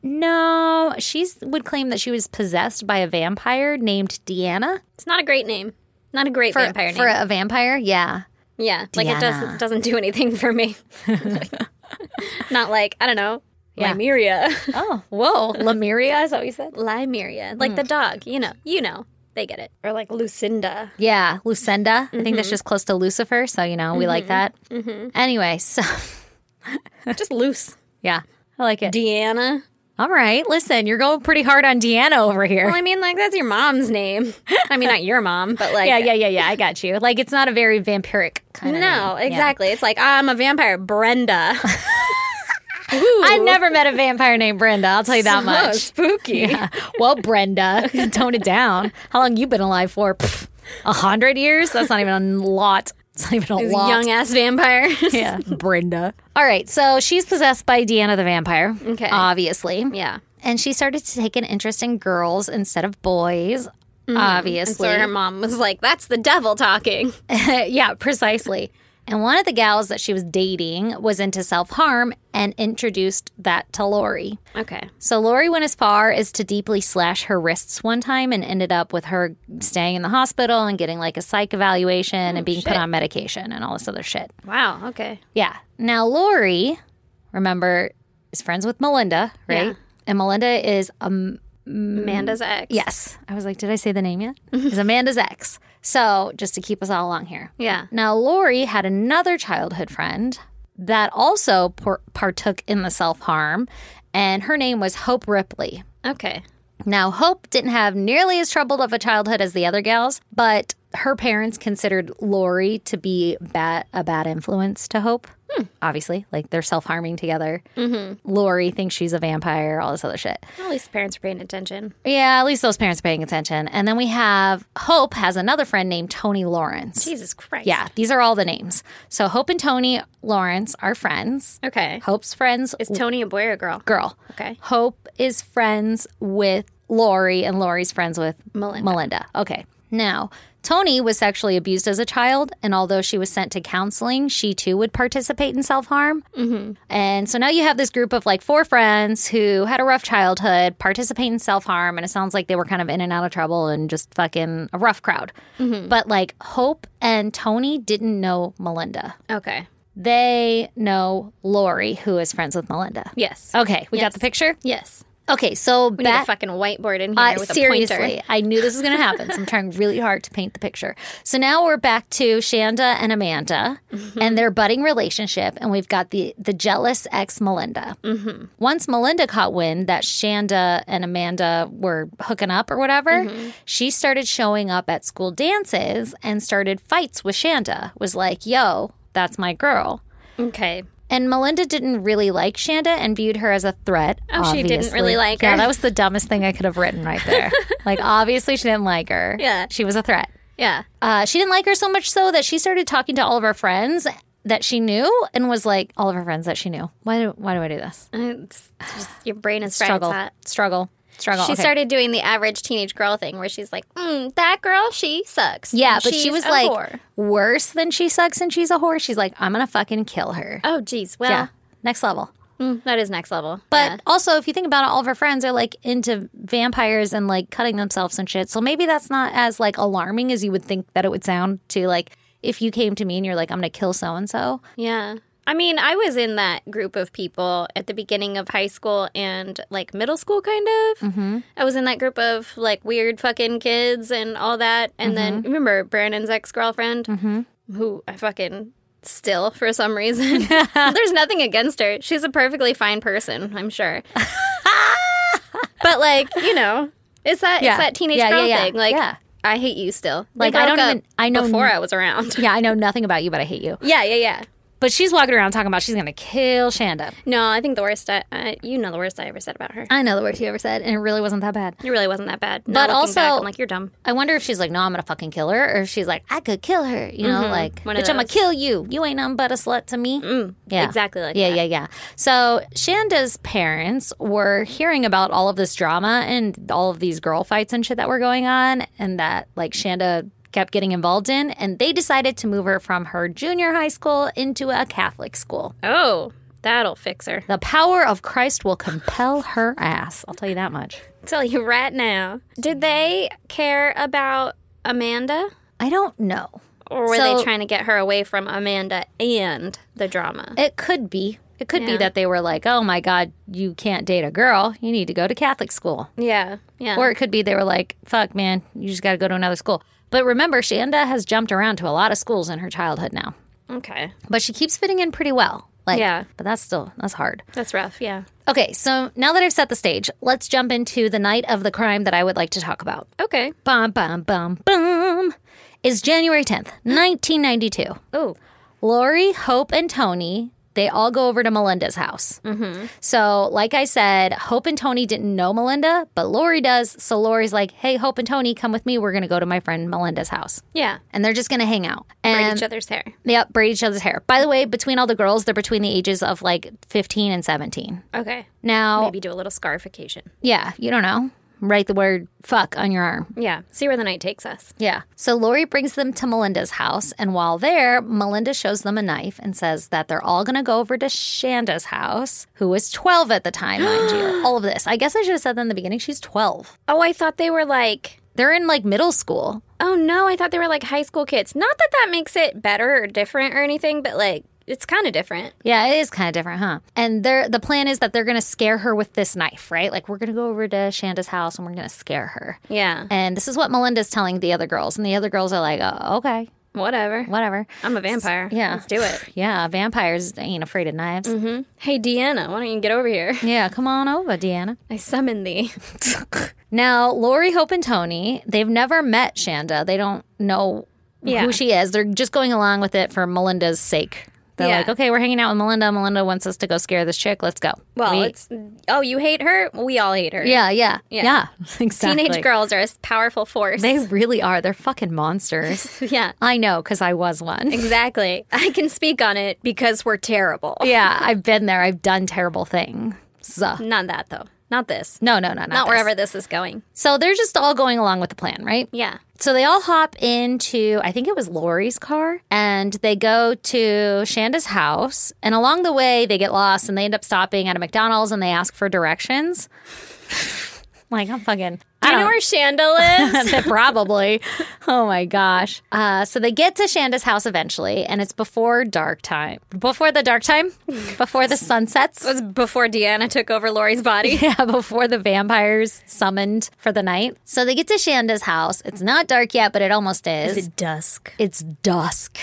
[SPEAKER 1] no, she would claim that she was possessed by a vampire named Deanna.
[SPEAKER 2] It's not a great name. Not a great vampire
[SPEAKER 1] For
[SPEAKER 2] name.
[SPEAKER 1] a vampire, yeah.
[SPEAKER 2] yeah. Like it doesn't
[SPEAKER 1] Deanna.
[SPEAKER 2] doesn't do anything for me. not like, I don't know,
[SPEAKER 1] Yeah.
[SPEAKER 2] Limeria.
[SPEAKER 1] Oh, whoa. Lemuria, is that what you said? Hmm.
[SPEAKER 2] Limeria. Like the dog. You know. You know. They get it. Or like Lucinda.
[SPEAKER 1] Yeah, Lucinda. I think that's just close to Lucifer. So, you know, we like that. Anyway, so
[SPEAKER 2] Just loose.
[SPEAKER 1] yeah, I like it.
[SPEAKER 2] Deanna.
[SPEAKER 1] All right, listen, you're going pretty hard on Deanna over here.
[SPEAKER 2] Well, I mean, like that's your mom's name. I mean, not your mom, but like
[SPEAKER 1] yeah, yeah, yeah, yeah. I got you. Like, it's not a very vampiric kind of
[SPEAKER 2] No, exactly. It's like I'm a vampire, Brenda. Ooh,
[SPEAKER 1] I never met a vampire named Brenda. I'll tell you that
[SPEAKER 2] so
[SPEAKER 1] much.
[SPEAKER 2] Oh, spooky.
[SPEAKER 1] Well, Brenda, tone it down. How long you been alive for? Pff, A hundred years? That's not even a lot. It's not even a lot.
[SPEAKER 2] Young ass vampires.
[SPEAKER 1] yeah, Brenda. All right, so she's possessed by Deanna the vampire.
[SPEAKER 2] Okay.
[SPEAKER 1] Obviously.
[SPEAKER 2] yeah.
[SPEAKER 1] And she started to take an interest in girls instead of boys. Obviously.
[SPEAKER 2] So her mom was like, "That's the devil talking."
[SPEAKER 1] yeah, precisely. And one of the gals that she was dating was into self harm and introduced that to Lori.
[SPEAKER 2] Okay.
[SPEAKER 1] So Lori went as far as to deeply slash her wrists one time and ended up with her staying in the hospital and getting like a psych evaluation and being put on medication and all this other shit.
[SPEAKER 2] Wow. Okay.
[SPEAKER 1] Yeah. Now Lori, remember, is friends with Melinda, right?
[SPEAKER 2] Yeah.
[SPEAKER 1] And Melinda is um
[SPEAKER 2] Amanda's ex.
[SPEAKER 1] yes. I was like, did I say the name yet? is Amanda's ex. So just to keep us all along here.
[SPEAKER 2] Yeah.
[SPEAKER 1] Now Lori had another childhood friend that also por- partook in the self harm, and her name was Hope Ripley.
[SPEAKER 2] Okay.
[SPEAKER 1] Now, Hope didn't have nearly as troubled of a childhood as the other gals, but her parents considered Lori to be bad, a bad influence to Hope. Obviously, like they're self harming together. Lori thinks she's a vampire, all this other shit.
[SPEAKER 2] At least the parents are paying attention.
[SPEAKER 1] Yeah, at least those parents are paying attention. And then we have Hope has another friend named Tony Lawrence.
[SPEAKER 2] Jesus Christ.
[SPEAKER 1] Yeah, these are all the names. So Hope and Tony Lawrence are friends.
[SPEAKER 2] Okay.
[SPEAKER 1] Hope's friends
[SPEAKER 2] Is Tony a boy or a girl?
[SPEAKER 1] girl.
[SPEAKER 2] Okay.
[SPEAKER 1] Hope is friends with Lori, and Lori's friends with
[SPEAKER 2] Melinda.
[SPEAKER 1] Melinda. Okay. Now, Tony was sexually abused as a child, and although she was sent to counseling, she too would participate in self harm. Mm-hmm. And so now you have this group of like four friends who had a rough childhood, participate in self harm, and it sounds like they were kind of in and out of trouble and just fucking a rough crowd.
[SPEAKER 2] Mm-hmm.
[SPEAKER 1] But like Hope and Tony didn't know Melinda,
[SPEAKER 2] Okay.
[SPEAKER 1] they know Lori, who is friends with Melinda.
[SPEAKER 2] Yes.
[SPEAKER 1] Okay, we
[SPEAKER 2] Yes.
[SPEAKER 1] got the picture.
[SPEAKER 2] Oh, Yes. Uh,
[SPEAKER 1] Okay, so
[SPEAKER 2] We need
[SPEAKER 1] back-
[SPEAKER 2] a fucking whiteboard in here
[SPEAKER 1] I-
[SPEAKER 2] with a pointer.
[SPEAKER 1] seriously, I knew this was going to happen. So I'm trying really hard to paint the picture. So now we're back to Shanda and Amanda
[SPEAKER 2] Mm-hmm.
[SPEAKER 1] and their budding relationship, and we've got the the jealous ex Melinda.
[SPEAKER 2] Mm-hmm.
[SPEAKER 1] Once Melinda caught wind that Shanda and Amanda were hooking up or whatever,
[SPEAKER 2] Mm-hmm.
[SPEAKER 1] she started showing up at school dances and started fights with Shanda. Was like, "Yo, that's my girl."
[SPEAKER 2] Okay.
[SPEAKER 1] And Melinda didn't really like Shanda and viewed her as a threat.
[SPEAKER 2] Oh, she didn't
[SPEAKER 1] obviously.
[SPEAKER 2] really like
[SPEAKER 1] Yeah,
[SPEAKER 2] her.
[SPEAKER 1] that was the dumbest thing I could have written right there. like, obviously, she didn't like her.
[SPEAKER 2] Yeah.
[SPEAKER 1] She was a threat.
[SPEAKER 2] Yeah.
[SPEAKER 1] Uh, she didn't like her so much so that she started talking to all of her friends that she knew and was like, all of her friends that she knew. Why do, why do I do this?
[SPEAKER 2] Uh, It's just, your brain is fried. It's
[SPEAKER 1] Struggle.
[SPEAKER 2] hot.
[SPEAKER 1] Struggle. Struggle.
[SPEAKER 2] She
[SPEAKER 1] Okay.
[SPEAKER 2] started doing the average teenage girl thing where she's like, mm, that girl, she sucks.
[SPEAKER 1] Yeah, but
[SPEAKER 2] She's
[SPEAKER 1] she was
[SPEAKER 2] a
[SPEAKER 1] like
[SPEAKER 2] whore."
[SPEAKER 1] worse than she sucks and she's a whore. She's like, I'm going to fucking kill her.
[SPEAKER 2] oh, geez. Well,
[SPEAKER 1] yeah. Next level.
[SPEAKER 2] mm, that is next level.
[SPEAKER 1] But also, if you think about it, all of her friends are like into vampires and like cutting themselves and shit. So maybe that's not as like alarming as you would think that it would sound to like if you came to me and you're like, I'm gonna kill so and so.
[SPEAKER 2] yeah. I mean, I was in that group of people at the beginning of high school and like middle school, kind of. Mm-hmm. I was in that group of like weird fucking kids and all that. And then
[SPEAKER 1] Mm-hmm.
[SPEAKER 2] remember Brandon's ex girlfriend, who I fucking still for some reason. There's nothing against her. She's a perfectly fine person, I'm sure. but like, you know, it's that
[SPEAKER 1] Yeah.
[SPEAKER 2] it's that teenage
[SPEAKER 1] Yeah,
[SPEAKER 2] girl
[SPEAKER 1] yeah, yeah.
[SPEAKER 2] thing. Like,
[SPEAKER 1] Yeah.
[SPEAKER 2] I hate you still.
[SPEAKER 1] Like,
[SPEAKER 2] We
[SPEAKER 1] I
[SPEAKER 2] broke
[SPEAKER 1] don't
[SPEAKER 2] up
[SPEAKER 1] even- I know-
[SPEAKER 2] before I was around.
[SPEAKER 1] Yeah, I know nothing about you, but I hate you.
[SPEAKER 2] Yeah, yeah, yeah.
[SPEAKER 1] But she's walking around talking about she's going to kill Shanda.
[SPEAKER 2] No, I think the worst. I, I you know the worst I ever said about her.
[SPEAKER 1] I know the words you ever said, and it really wasn't that bad.
[SPEAKER 2] It really wasn't that bad. Now
[SPEAKER 1] But
[SPEAKER 2] looking
[SPEAKER 1] also-
[SPEAKER 2] back, I'm like you're dumb.
[SPEAKER 1] I wonder if she's like, no, I'm gonna fucking kill her, or if she's like, I could kill her, you know, like,
[SPEAKER 2] Mm-hmm. one of
[SPEAKER 1] bitch, I'm gonna
[SPEAKER 2] those. Mm,
[SPEAKER 1] kill you. You ain't nothing but a slut to me. yeah,
[SPEAKER 2] exactly like
[SPEAKER 1] yeah,
[SPEAKER 2] that.
[SPEAKER 1] yeah, yeah. So Shanda's parents were hearing about all of this drama and all of these girl fights and shit that were going on, and that like Shanda kept getting involved in, and they decided to move her from her junior high school into a Catholic school.
[SPEAKER 2] Oh, that'll fix her.
[SPEAKER 1] The power of Christ will compel her ass. I'll tell you that much.
[SPEAKER 2] Tell you right now. Did they care about Amanda,
[SPEAKER 1] I don't know.
[SPEAKER 2] or were
[SPEAKER 1] So-
[SPEAKER 2] they trying to get her away from Amanda and the drama?
[SPEAKER 1] It could be. It could be
[SPEAKER 2] Yeah.
[SPEAKER 1] that they were like, "Oh my god, you can't date a girl. You need to go to Catholic school."
[SPEAKER 2] yeah, yeah.
[SPEAKER 1] Or it could be they were like, "Fuck, man, you just got to go to another school." But remember, Shanda has jumped around to a lot of schools in her childhood now,
[SPEAKER 2] okay,
[SPEAKER 1] but she keeps fitting in pretty well. Like,
[SPEAKER 2] Yeah.
[SPEAKER 1] but that's still that's hard.
[SPEAKER 2] that's rough. Yeah.
[SPEAKER 1] Okay, so now that I've set the stage, let's jump into the night of the crime that I would like to talk about.
[SPEAKER 2] Okay.
[SPEAKER 1] Bum bum bum bum is January tenth, nineteen ninety two.
[SPEAKER 2] Oh,
[SPEAKER 1] Lori, Hope, and Tony, they all go over to Melinda's house.
[SPEAKER 2] Mm-hmm.
[SPEAKER 1] So, like I said, Hope and Tony didn't know Melinda, but Lori does. So Lori's like, hey, Hope and Tony, come with me. We're going to go to my friend Melinda's house.
[SPEAKER 2] yeah.
[SPEAKER 1] And they're just going to hang out.
[SPEAKER 2] Braid
[SPEAKER 1] And
[SPEAKER 2] each other's hair.
[SPEAKER 1] Yep, braid each other's hair. By the way, between all the girls, they're between the ages of like 15 and 17.
[SPEAKER 2] Okay.
[SPEAKER 1] Now,
[SPEAKER 2] Maybe do a little scarification.
[SPEAKER 1] yeah, you don't know. Write the word fuck on your arm.
[SPEAKER 2] Yeah. See where the night takes us.
[SPEAKER 1] Yeah. So Lori brings them to Melinda's house. And while there, Melinda shows them a knife and says that they're all going to go over to Shanda's house, who was 12 at the time, mind you. All of this. I guess I should have said that in the beginning. She's 12.
[SPEAKER 2] Oh, I thought they were like.
[SPEAKER 1] They're in like middle school.
[SPEAKER 2] Oh no, I thought they were like high school kids. Not that that makes it better or different or anything, but like it's kind of different.
[SPEAKER 1] Yeah, it is kind of different, huh? And they're, the plan is that they're going to scare her with this knife, right? Like, we're going to go over to Shanda's house and we're going to scare her.
[SPEAKER 2] Yeah.
[SPEAKER 1] And this is what Melinda's telling the other girls. And the other girls are like, oh, okay,
[SPEAKER 2] Whatever.
[SPEAKER 1] whatever.
[SPEAKER 2] I'm a vampire.
[SPEAKER 1] Yeah.
[SPEAKER 2] Let's do it.
[SPEAKER 1] Yeah, vampires ain't afraid of knives.
[SPEAKER 2] Hey, Deanna, why don't you get over here?
[SPEAKER 1] Yeah, come on over, Deanna.
[SPEAKER 2] I summon thee.
[SPEAKER 1] Now, Lori, Hope, and Tony, they've never met Shanda. They don't know
[SPEAKER 2] Yeah.
[SPEAKER 1] who she is. They're just going along with it for Melinda's sake. They're
[SPEAKER 2] Yeah.
[SPEAKER 1] like, okay, we're hanging out with Melinda. Melinda wants us to go scare this chick. Let's go.
[SPEAKER 2] Well,
[SPEAKER 1] We-
[SPEAKER 2] it's oh, you hate her. We all hate her.
[SPEAKER 1] yeah, yeah, yeah,
[SPEAKER 2] Yeah.
[SPEAKER 1] exactly.
[SPEAKER 2] Teenage girls are a powerful force.
[SPEAKER 1] They really are. They're fucking monsters.
[SPEAKER 2] yeah.
[SPEAKER 1] I know because I was one.
[SPEAKER 2] Exactly. I can speak on it because we're terrible.
[SPEAKER 1] yeah, I've been there. I've done terrible things.
[SPEAKER 2] Not that though. Not this.
[SPEAKER 1] No, no, no, not,
[SPEAKER 2] Mm. Not
[SPEAKER 1] this.
[SPEAKER 2] wherever this is going.
[SPEAKER 1] So they're just all going along with the plan, right?
[SPEAKER 2] Yeah.
[SPEAKER 1] So they all hop into, I think it was Lori's car, and they go to Shanda's house. And along the way, they get lost and they end up stopping at a McDonald's and they ask for directions. like, I'm fucking.
[SPEAKER 2] Do you know where Shanda lives?
[SPEAKER 1] Probably. Oh my gosh. Uh, so they get to Shanda's house eventually, and it's before dark time. Before the dark time? Before the sun sets?
[SPEAKER 2] It was before Deanna took over Lori's body.
[SPEAKER 1] Yeah, before the vampires summoned for the night. So they get to Shanda's house. It's not dark yet, but it almost is.
[SPEAKER 2] dusk.
[SPEAKER 1] It's dusk,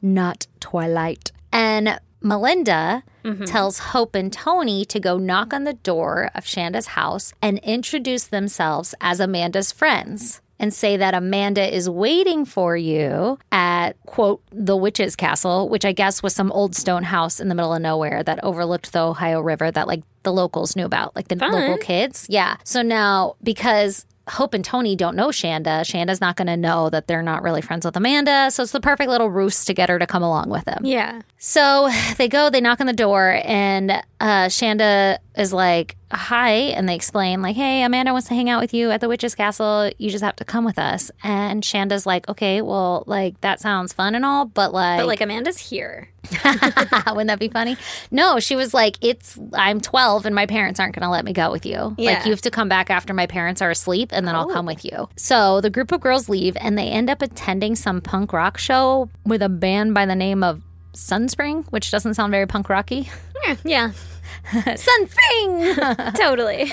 [SPEAKER 1] not twilight. And Melinda tells Hope and Tony to go knock on the door of Shanda's house and introduce themselves as Amanda's friends and say that Amanda is waiting for you at, quote, the witch's castle, which I guess was some old stone house in the middle of nowhere that overlooked the Ohio River that, like, the locals knew about, like the local kids. Yeah. So now, because Hope and Tony don't know Shanda. Shanda's not going to know that they're not really friends with Amanda. So it's the perfect little ruse to get her to come along with them.
[SPEAKER 2] Yeah.
[SPEAKER 1] So they go, they knock on the door, and uh, Shanda is like, Hi. And they explain, like, Hey, Amanda wants to hang out with you at the Witch's Castle. You just have to come with us. And Shanda's like, Okay, well, like, that sounds fun and all, but like,
[SPEAKER 2] But like Amanda's here.
[SPEAKER 1] wouldn't that be funny? No, she was like, It's, I'm 12 and my parents aren't going to let me go with you. Like,
[SPEAKER 2] Yeah.
[SPEAKER 1] you have to come back after my parents are asleep and then I'll come with you. So the group of girls leave and they end up attending some punk rock show with a band by the name of Sunspring, which doesn't sound very punk rocky.
[SPEAKER 2] Yeah.
[SPEAKER 1] Sunspring!
[SPEAKER 2] totally.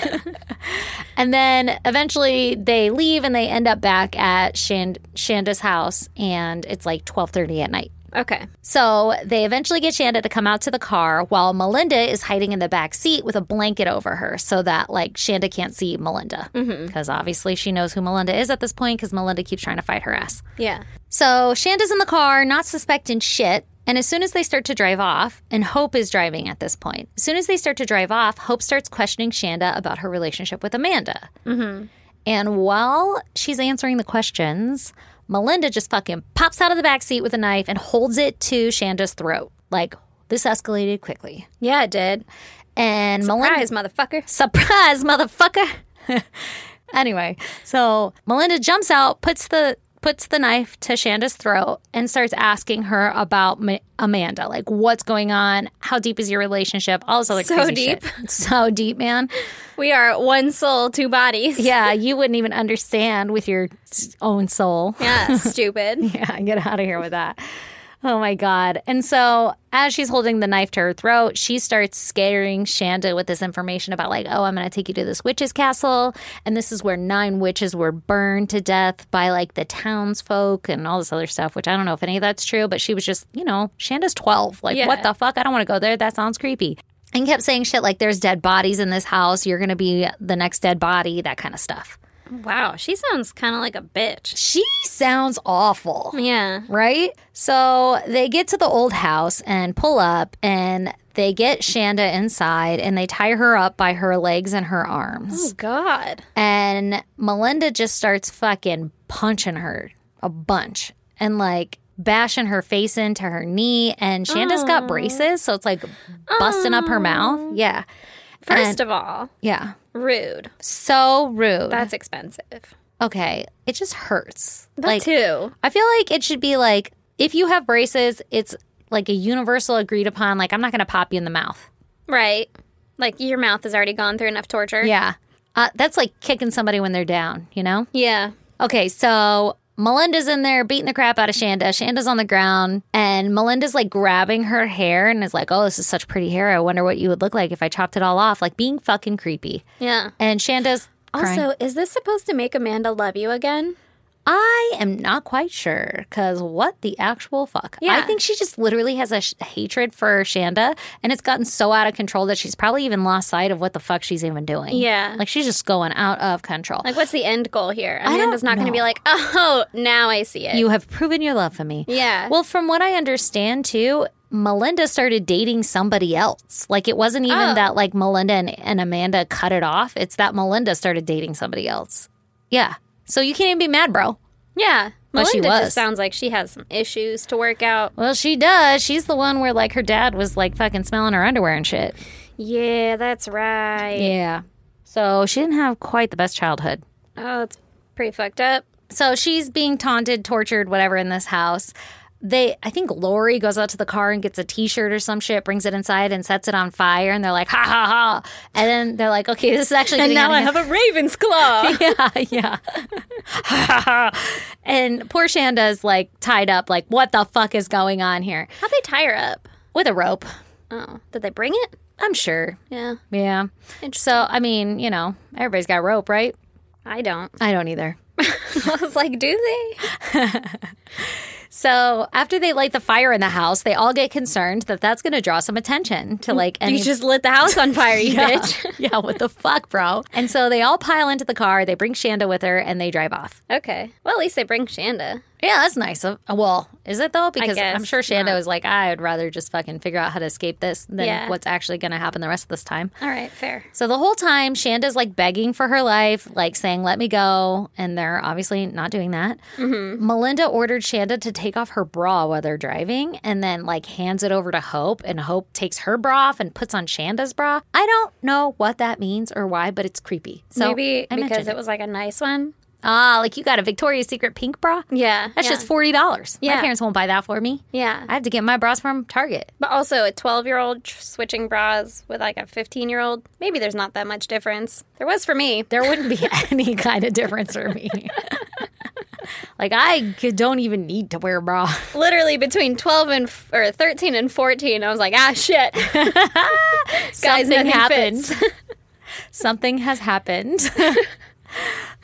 [SPEAKER 1] and then eventually they leave and they end up back at Shand- Shanda's house and it's like 12.30 at night.
[SPEAKER 2] Okay.
[SPEAKER 1] So they eventually get Shanda to come out to the car while Melinda is hiding in the back seat with a blanket over her so that like Shanda can't see Melinda because obviously she knows who Melinda is at this point because Melinda keeps trying to fight her ass.
[SPEAKER 2] Yeah.
[SPEAKER 1] So Shanda's in the car, not suspecting shit. And as soon as they start to drive off, and Hope is driving at this point, as soon as they start to drive off, Hope starts questioning Shanda about her relationship with Amanda.
[SPEAKER 2] Mm-hmm.
[SPEAKER 1] And while she's answering the questions, Melinda just fucking pops out of the back seat with a knife and holds it to Shanda's throat. Like, this escalated quickly.
[SPEAKER 2] Yeah, it did.
[SPEAKER 1] And Melinda.
[SPEAKER 2] Surprise, motherfucker.
[SPEAKER 1] Surprise, motherfucker. anyway, so Melinda jumps out, puts the puts the knife to Shanda's throat and starts asking her about Ma- Amanda, like what's going on, how deep is your relationship, all this other
[SPEAKER 2] So
[SPEAKER 1] crazy shit. So deep, man.
[SPEAKER 2] We are one soul, two bodies.
[SPEAKER 1] Yeah, you wouldn't even understand with your own soul.
[SPEAKER 2] Yeah, stupid.
[SPEAKER 1] Yeah, get out of here with that. Oh my God. And so, as she's holding the knife to her throat, she starts scaring Shanda with this information about, like, oh, I'm going to take you to this witch's castle. And this is where nine witches were burned to death by, like, the townsfolk and all this other stuff, which I don't know if any of that's true, but she was just, you know, Shanda's 12. Like,
[SPEAKER 2] Yeah.
[SPEAKER 1] what the fuck? I don't want to go there. That sounds creepy. And kept saying shit like, there's dead bodies in this house. You're going to be the next dead body, that kind of stuff.
[SPEAKER 2] Wow, she sounds kind of like a bitch.
[SPEAKER 1] She sounds awful
[SPEAKER 2] Yeah.
[SPEAKER 1] right? So they get to the old house and pull up and they get Shanda inside and they tie her up by her legs and her
[SPEAKER 2] Oh.
[SPEAKER 1] arms.
[SPEAKER 2] God.
[SPEAKER 1] And Melinda just starts fucking punching her a bunch and like bashing her face into her knee and Shanda's got braces so it's like busting up her mouth. Yeah.
[SPEAKER 2] First of all,
[SPEAKER 1] Yeah.
[SPEAKER 2] rude.
[SPEAKER 1] So rude.
[SPEAKER 2] That's expensive.
[SPEAKER 1] okay. It just hurts.
[SPEAKER 2] That too.
[SPEAKER 1] I feel like it should be like if you have braces, it's like a universal agreed upon. Like I'm not going to pop you in the mouth.
[SPEAKER 2] Right. Like your mouth has already gone through enough torture.
[SPEAKER 1] Yeah, uh, that's like kicking somebody when they're down. You know?
[SPEAKER 2] Yeah.
[SPEAKER 1] Okay, so Melinda's in there beating the crap out of Shanda. Shanda's on the ground, and Melinda's like grabbing her hair and is like, "Oh, this is such pretty hair. I wonder what you would look like if I chopped it all off." Like being fucking creepy.
[SPEAKER 2] Yeah.
[SPEAKER 1] And Shanda's crying.
[SPEAKER 2] Also, is this supposed to make Amanda love you again?
[SPEAKER 1] I am not quite sure because what the actual fuck? I
[SPEAKER 2] Yeah.
[SPEAKER 1] think she just literally has a sh- hatred for Shanda and it's gotten so out of control that she's probably even lost sight of what the fuck she's even doing.
[SPEAKER 2] Yeah.
[SPEAKER 1] Like she's just going out of control.
[SPEAKER 2] Like, what's the end goal here? Amanda's
[SPEAKER 1] don't
[SPEAKER 2] not going to be
[SPEAKER 1] know.
[SPEAKER 2] like, oh, now I see it.
[SPEAKER 1] you have proven your love for me.
[SPEAKER 2] Yeah.
[SPEAKER 1] Well, from what I understand too, Melinda started dating somebody else. Like it wasn't even
[SPEAKER 2] Oh.
[SPEAKER 1] that like Melinda and, and Amanda cut it off. It's that Melinda started dating somebody else. Yeah. So you can't even be mad, bro.
[SPEAKER 2] yeah.
[SPEAKER 1] Well, she
[SPEAKER 2] Melinda
[SPEAKER 1] was.
[SPEAKER 2] just sounds like she has some issues to work out.
[SPEAKER 1] Well, she does. She's the one where like her dad was like fucking smelling her underwear and shit.
[SPEAKER 2] Yeah, that's right.
[SPEAKER 1] Yeah. So she didn't have quite the best childhood.
[SPEAKER 2] Oh, it's pretty fucked up.
[SPEAKER 1] So she's being taunted, tortured, whatever in this house. They I think Lori goes out to the car and gets a t-shirt or some shit, brings it inside and sets it on fire and they're like ha ha ha. And then they're like, "Okay, this is actually getting out of hand.
[SPEAKER 2] a raven's claw.
[SPEAKER 1] yeah, yeah. and poor Shanda's like tied up like what the fuck is going on here
[SPEAKER 2] How'd they tie her up?
[SPEAKER 1] with a rope.
[SPEAKER 2] Oh, did they bring it?
[SPEAKER 1] I'm sure.
[SPEAKER 2] Yeah.
[SPEAKER 1] Yeah. So, I mean, you know, everybody's got rope, right?
[SPEAKER 2] I don't.
[SPEAKER 1] I don't either.
[SPEAKER 2] I was like, do they?
[SPEAKER 1] So, after they light the fire in the house, they all get concerned that that's going to draw some attention to like any
[SPEAKER 2] You just lit the house on fire, you
[SPEAKER 1] yeah.
[SPEAKER 2] bitch.
[SPEAKER 1] yeah, what the fuck, bro? And so they all pile into the car, they bring Shanda with her, and they drive off.
[SPEAKER 2] Okay. Well, at least they bring Shanda.
[SPEAKER 1] Yeah, that's nice. of- Well, is it though? Because
[SPEAKER 2] guess
[SPEAKER 1] I'm sure Shanda was like, I'd rather just fucking figure out how to escape this than
[SPEAKER 2] Yeah.
[SPEAKER 1] what's actually going to happen the rest of this time.
[SPEAKER 2] All right, fair.
[SPEAKER 1] So the whole time, Shanda's like begging for her life, like saying, let me go. And they're obviously not doing that.
[SPEAKER 2] Mm-hmm.
[SPEAKER 1] Melinda ordered Shanda to take off her bra while they're driving and then like hands it over to Hope. And Hope takes her bra off and puts on Shanda's bra. I don't know what that means or why, but it's creepy. So
[SPEAKER 2] Maybe
[SPEAKER 1] I
[SPEAKER 2] because
[SPEAKER 1] mentioned
[SPEAKER 2] it was like a nice one.
[SPEAKER 1] Ah, like you got a Victoria's Secret pink bra?
[SPEAKER 2] Yeah.
[SPEAKER 1] That's just $40. My
[SPEAKER 2] Yeah.
[SPEAKER 1] parents won't buy that for me.
[SPEAKER 2] Yeah.
[SPEAKER 1] I have to get my bras from Target.
[SPEAKER 2] But also, a 12 year old switching bras with like a 15 year old, maybe there's not that much difference. There was for me.
[SPEAKER 1] There wouldn't be any kind of difference for me. like I could, don't even need to wear a bra.
[SPEAKER 2] Literally between 12 and f- or 13 and 14, I was like, ah, shit. Guys, nothing
[SPEAKER 1] happened.
[SPEAKER 2] fits.
[SPEAKER 1] Something has happened.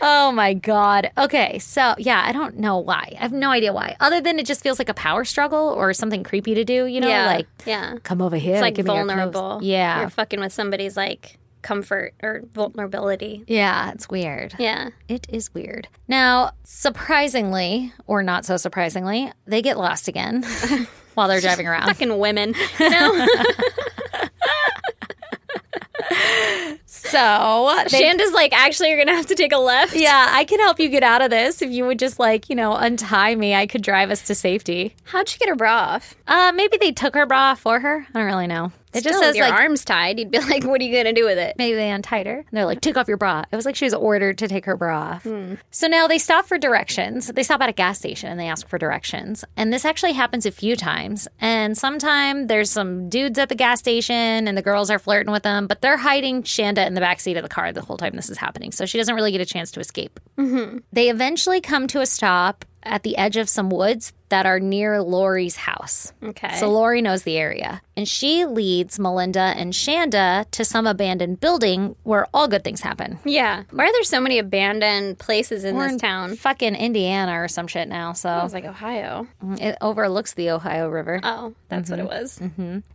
[SPEAKER 1] Oh my God. Okay. So, yeah, I don't know why. I have no idea why. Other than it just feels like a power struggle or something creepy to do, you know?
[SPEAKER 2] yeah.
[SPEAKER 1] Like,
[SPEAKER 2] yeah.
[SPEAKER 1] come over here.
[SPEAKER 2] It's like
[SPEAKER 1] give me your clothes.
[SPEAKER 2] vulnerable.
[SPEAKER 1] Yeah.
[SPEAKER 2] You're fucking with somebody's like comfort or vulnerability.
[SPEAKER 1] yeah. It's weird.
[SPEAKER 2] Yeah.
[SPEAKER 1] It is weird. Now, surprisingly, or not so surprisingly, they get lost again while they're driving around.
[SPEAKER 2] Fucking women. No.
[SPEAKER 1] So, they,
[SPEAKER 2] Shanda's like, actually, you're going to have to take a left.
[SPEAKER 1] yeah, I can help you get out of this if you would just like, you know, untie me. I could drive us to safety.
[SPEAKER 2] How'd she get her bra off?
[SPEAKER 1] Uh, maybe they took her bra for her. I don't really know. It
[SPEAKER 2] Just
[SPEAKER 1] just
[SPEAKER 2] with
[SPEAKER 1] says
[SPEAKER 2] your
[SPEAKER 1] like
[SPEAKER 2] arms tied, you'd be like, what are you going to do with it?
[SPEAKER 1] maybe they untied her and they're like take off your bra it was like she was ordered to take her bra off so now they stop for directions they stop at a gas station and they ask for directions and this actually happens a few times and sometime there's some dudes at the gas station and the girls are flirting with them but they're hiding shanda in the back seat of the car the whole time this is happening so she doesn't really get a chance to escape they eventually come to a stop at the edge of some woods that are near Lori's house.
[SPEAKER 2] Okay.
[SPEAKER 1] So Lori knows the area. And she leads Melinda and Shanda to some abandoned building where all good things happen.
[SPEAKER 2] Yeah. Why are there so many abandoned places in
[SPEAKER 1] We're
[SPEAKER 2] this
[SPEAKER 1] in
[SPEAKER 2] town?
[SPEAKER 1] Fucking Indiana or some shit now.
[SPEAKER 2] I
[SPEAKER 1] So mm,
[SPEAKER 2] was like, Ohio.
[SPEAKER 1] it overlooks the Ohio River.
[SPEAKER 2] Oh, that's what it was.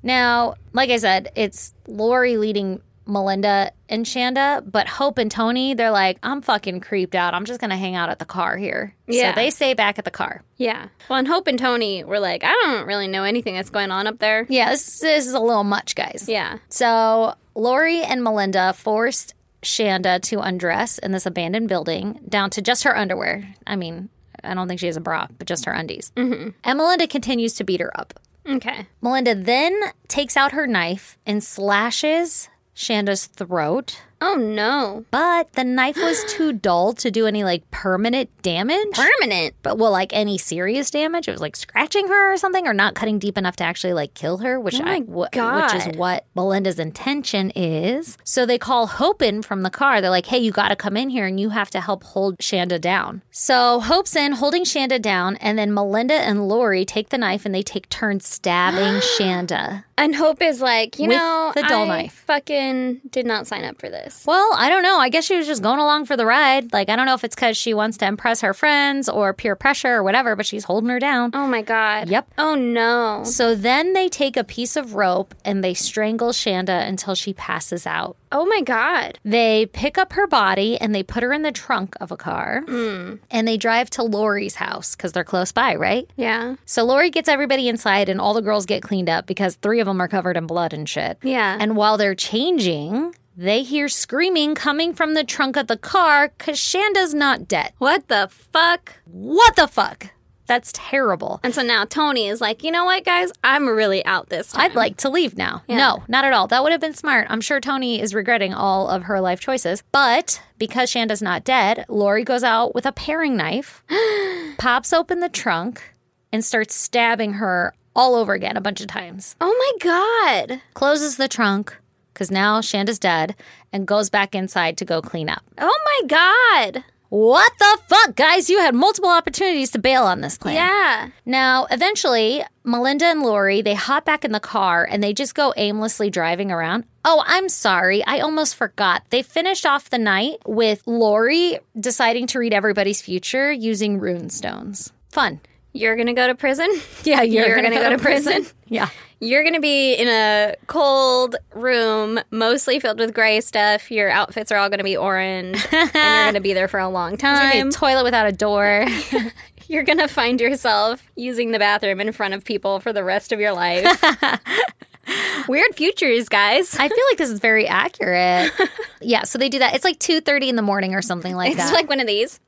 [SPEAKER 1] Now, like I said, it's Lori leading Melinda and Shanda, but Hope and Tony, they're like, I'm fucking creeped out. I'm just going to hang out at the car here.
[SPEAKER 2] Yeah.
[SPEAKER 1] So they stay back at the car.
[SPEAKER 2] Yeah. Well, and Hope and Tony were like, I don't really know anything that's going on up there.
[SPEAKER 1] Yeah, this, this is a little much, guys.
[SPEAKER 2] Yeah.
[SPEAKER 1] So Lori and Melinda forced Shanda to undress in this abandoned building down to just her underwear. I mean, I don't think she has a bra, but just her undies. Mm-hmm. And Melinda continues to beat her up.
[SPEAKER 2] Okay.
[SPEAKER 1] Melinda then takes out her knife and slashes Shanda's throat,
[SPEAKER 2] Oh, no.
[SPEAKER 1] but the knife was too dull to do any like permanent damage.
[SPEAKER 2] Permanent.
[SPEAKER 1] but well, like any serious damage, it was like scratching her or something, or not cutting deep enough to actually like kill her, which I wh-
[SPEAKER 2] God.
[SPEAKER 1] which is what Melinda's intention is. So they call Hope in from the car. They're like, "Hey, you got to come in here, and you have to help hold Shanda down." So Hope's in holding Shanda down, and then Melinda and Lori take the knife and they take turns stabbing Shanda.
[SPEAKER 2] And Hope is like, you
[SPEAKER 1] With
[SPEAKER 2] know,
[SPEAKER 1] the dull
[SPEAKER 2] I
[SPEAKER 1] knife.
[SPEAKER 2] fucking did not sign up for this.
[SPEAKER 1] Well, I don't know. I guess she was just going along for the ride. Like, I don't know if it's because she wants to impress her friends or peer pressure or whatever, but she's holding her down.
[SPEAKER 2] Oh, my God.
[SPEAKER 1] Yep.
[SPEAKER 2] Oh, no.
[SPEAKER 1] So then they take a piece of rope and they strangle Shanda until she passes out.
[SPEAKER 2] Oh, my God.
[SPEAKER 1] They pick up her body and they put her in the trunk of a car and they drive to Lori's house because they're close by, right?
[SPEAKER 2] Yeah.
[SPEAKER 1] So Lori gets everybody inside and all the girls get cleaned up because three of them are covered in blood and shit.
[SPEAKER 2] Yeah.
[SPEAKER 1] And while they're changing, they hear screaming coming from the trunk of the car because Shanda's not dead.
[SPEAKER 2] What the fuck?
[SPEAKER 1] What the fuck? That's terrible.
[SPEAKER 2] And so now Tony is like, you know what, guys? I'm really out this time.
[SPEAKER 1] I'd like to leave now. No, not at all. That would have been smart. I'm sure Tony is regretting all of her life choices. But because Shanda's not dead, Lori goes out with a paring knife, pops open the trunk, and starts stabbing her all over again a bunch of times.
[SPEAKER 2] oh, my God.
[SPEAKER 1] Closes the trunk because now Shanda's dead and goes back inside to go clean up.
[SPEAKER 2] Oh, my God.
[SPEAKER 1] What the fuck, guys? You had multiple opportunities to bail on this plan.
[SPEAKER 2] Yeah.
[SPEAKER 1] Now, eventually, Melinda and Lori, they hop back in the car and they just go aimlessly driving around. Oh, I'm sorry. I almost forgot. They finished off the night with Lori deciding to read everybody's future using rune stones. Fun.
[SPEAKER 2] You're going to go to prison?
[SPEAKER 1] Yeah, you're,
[SPEAKER 2] gonna go to prison?
[SPEAKER 1] yeah.
[SPEAKER 2] You're going to be in a cold room, mostly filled with gray stuff. Your outfits are all going to be orange, and you're going to be there for a long time.
[SPEAKER 1] A toilet without a door.
[SPEAKER 2] You're going to find yourself using the bathroom in front of people for the rest of your life. Weird futures, guys.
[SPEAKER 1] I feel like this is very accurate. Yeah, so they do that. It's like 2.30 in the morning or something like
[SPEAKER 2] It's
[SPEAKER 1] that.
[SPEAKER 2] like one of these.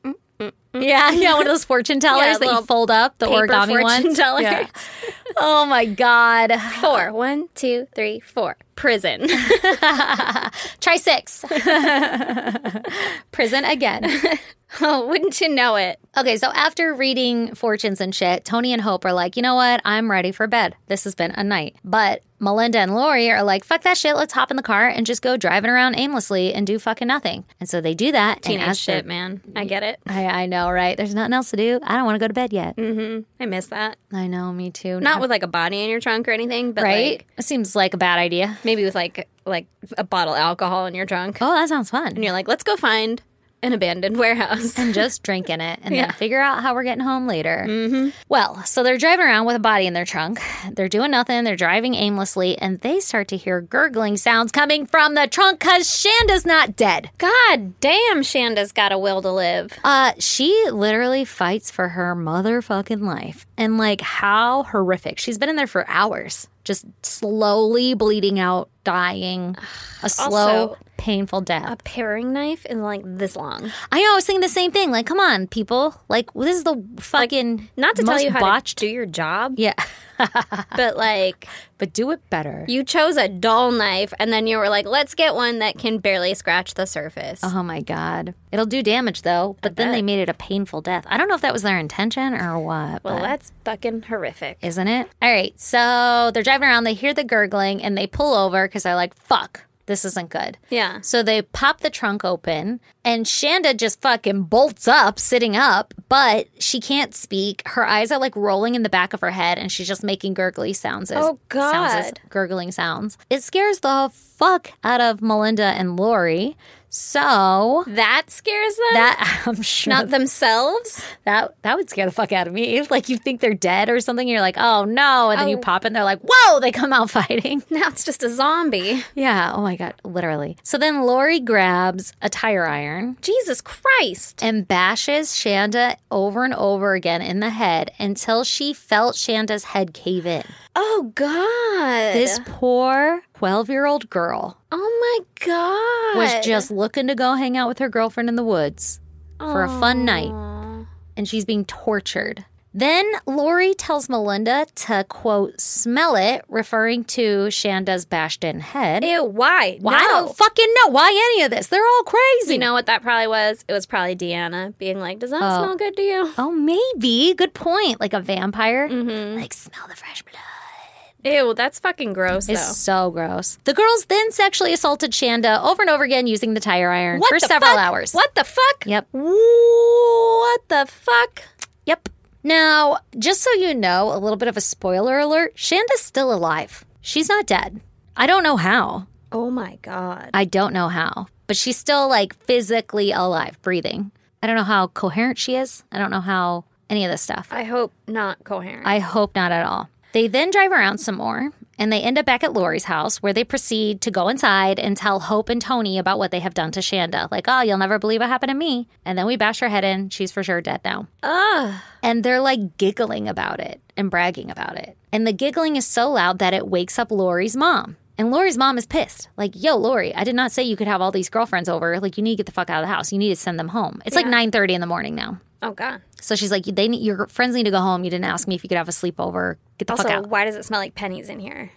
[SPEAKER 1] yeah, yeah, one of those fortune tellers
[SPEAKER 2] Yeah,
[SPEAKER 1] that you
[SPEAKER 2] little
[SPEAKER 1] fold up, the
[SPEAKER 2] paper
[SPEAKER 1] origami
[SPEAKER 2] fortune
[SPEAKER 1] ones.
[SPEAKER 2] tellers.
[SPEAKER 1] Yeah. Oh my God.
[SPEAKER 2] Four. One, two, three, four. Prison.
[SPEAKER 1] Try six. Prison again.
[SPEAKER 2] oh, wouldn't you know it?
[SPEAKER 1] Okay, so after reading fortunes and shit, Tony and Hope are like, you know what? I'm ready for bed. This has been a night. But Melinda and Lori are like, fuck that shit. Let's hop in the car and just go driving around aimlessly and do fucking nothing. And so they do that.
[SPEAKER 2] Teenage
[SPEAKER 1] and as they're-
[SPEAKER 2] shit, man. I get it.
[SPEAKER 1] I, I know, right? There's nothing else to do. I don't want to go to bed yet.
[SPEAKER 2] I miss that.
[SPEAKER 1] I know, me too.
[SPEAKER 2] Not with like a body in your trunk or anything, but
[SPEAKER 1] right?
[SPEAKER 2] like
[SPEAKER 1] it seems like a bad idea.
[SPEAKER 2] maybe with like like a bottle of alcohol in your trunk.
[SPEAKER 1] Oh, that sounds fun.
[SPEAKER 2] And you're like, let's go find an abandoned warehouse.
[SPEAKER 1] and just drinking it and
[SPEAKER 2] Yeah. Mm-hmm.
[SPEAKER 1] then figure out how we're getting home later. Well, so they're driving around with a body in their trunk. They're doing nothing. They're driving aimlessly and they start to hear gurgling sounds coming from the trunk because Shanda's not dead.
[SPEAKER 2] God damn, Shanda's got a will to live.
[SPEAKER 1] Uh, she literally fights for her motherfucking life. And like, how horrific. She's been in there for hours, just slowly bleeding out, dying, a slow,
[SPEAKER 2] Also- uh,
[SPEAKER 1] painful death.
[SPEAKER 2] A paring knife is like this long.
[SPEAKER 1] I know, I was thinking the same thing. Like, come on, people. Like, this is the fucking
[SPEAKER 2] Not to
[SPEAKER 1] most
[SPEAKER 2] tell you how
[SPEAKER 1] botched.
[SPEAKER 2] to do your job,
[SPEAKER 1] yeah.
[SPEAKER 2] but like
[SPEAKER 1] but do it better.
[SPEAKER 2] you chose a dull knife and then you were like, let's get one that can barely scratch the surface.
[SPEAKER 1] Oh my God. It'll do damage though, but then they made it a painful death. I don't know if that was their intention or what.
[SPEAKER 2] Well,
[SPEAKER 1] but-
[SPEAKER 2] that's fucking horrific.
[SPEAKER 1] isn't it? All right. So they're driving around, they hear the gurgling, and they pull over because they're like, fuck, this isn't good.
[SPEAKER 2] Yeah.
[SPEAKER 1] So they pop the trunk open, and Shanda just fucking bolts up, sitting up, but she can't speak. Her eyes are like rolling in the back of her head, and she's just making gurgly sounds.
[SPEAKER 2] Oh, God.
[SPEAKER 1] Sounds as- gurgling sounds. It scares the fuck out of Melinda and Lori. So
[SPEAKER 2] That scares them?
[SPEAKER 1] that I'm sure
[SPEAKER 2] Not themselves?
[SPEAKER 1] that that would scare the fuck out of me. If like you think they're dead or something, you're like, oh no, and then you
[SPEAKER 2] Oh.
[SPEAKER 1] pop in, they're like, whoa, they come out fighting.
[SPEAKER 2] Now it's just a zombie.
[SPEAKER 1] Yeah. Oh my god, literally. So then Lori grabs a tire iron
[SPEAKER 2] Jesus Christ.
[SPEAKER 1] and bashes Shanda over and over again in the head until she felt Shanda's head cave in.
[SPEAKER 2] Oh, God.
[SPEAKER 1] This poor twelve year old girl
[SPEAKER 2] Oh, my God.
[SPEAKER 1] was just looking to go hang out with her girlfriend in the woods for a fun night. and she's being tortured. Then Lori tells Melinda to quote, smell it, referring to Shanda's bashed in head.
[SPEAKER 2] Ew, why?
[SPEAKER 1] Well, I
[SPEAKER 2] No.
[SPEAKER 1] don't fucking know why any of this. They're all crazy.
[SPEAKER 2] You know what that probably was? It was probably Deanna being like, Does that smell good to you?
[SPEAKER 1] Oh, maybe. Good point. Like a vampire.
[SPEAKER 2] Mm-hmm.
[SPEAKER 1] Like, smell the fresh blood.
[SPEAKER 2] Ew, that's fucking gross,
[SPEAKER 1] It's
[SPEAKER 2] though.
[SPEAKER 1] so gross. The girls then sexually assaulted Shanda over and over again using the tire iron for
[SPEAKER 2] the
[SPEAKER 1] several
[SPEAKER 2] fuck?
[SPEAKER 1] hours.
[SPEAKER 2] What the fuck?
[SPEAKER 1] Yep.
[SPEAKER 2] What the fuck?
[SPEAKER 1] Yep. Now, just so you know, a little bit of a spoiler alert Shanda's still alive. She's not dead. I don't know how.
[SPEAKER 2] Oh my god.
[SPEAKER 1] I don't know how, but she's still like physically alive, breathing. I don't know how coherent she is. I don't know how any of this stuff.
[SPEAKER 2] I hope not coherent.
[SPEAKER 1] I hope not at all. They then drive around some more and they end up back at Lori's house where they proceed to go inside and tell Hope and Tony about what they have done to Shanda. Like, oh, you'll never believe what happened to me. And then we bash her head in. She's for sure dead now.
[SPEAKER 2] Ugh.
[SPEAKER 1] And they're like giggling about it and bragging about it. And the giggling is so loud that it wakes up Lori's mom. And Lori's mom is pissed. Like, yo, Lori, I did not say you could have all these girlfriends over. Like, you need to get the fuck out of the house. You need to send them home. It's like 9.30 in the morning now.
[SPEAKER 2] Oh god.
[SPEAKER 1] So she's like, they need, your friends need to go home. You didn't ask me if you could have a sleepover. Get the
[SPEAKER 2] Also,
[SPEAKER 1] fuck out.
[SPEAKER 2] why does it smell like pennies in here?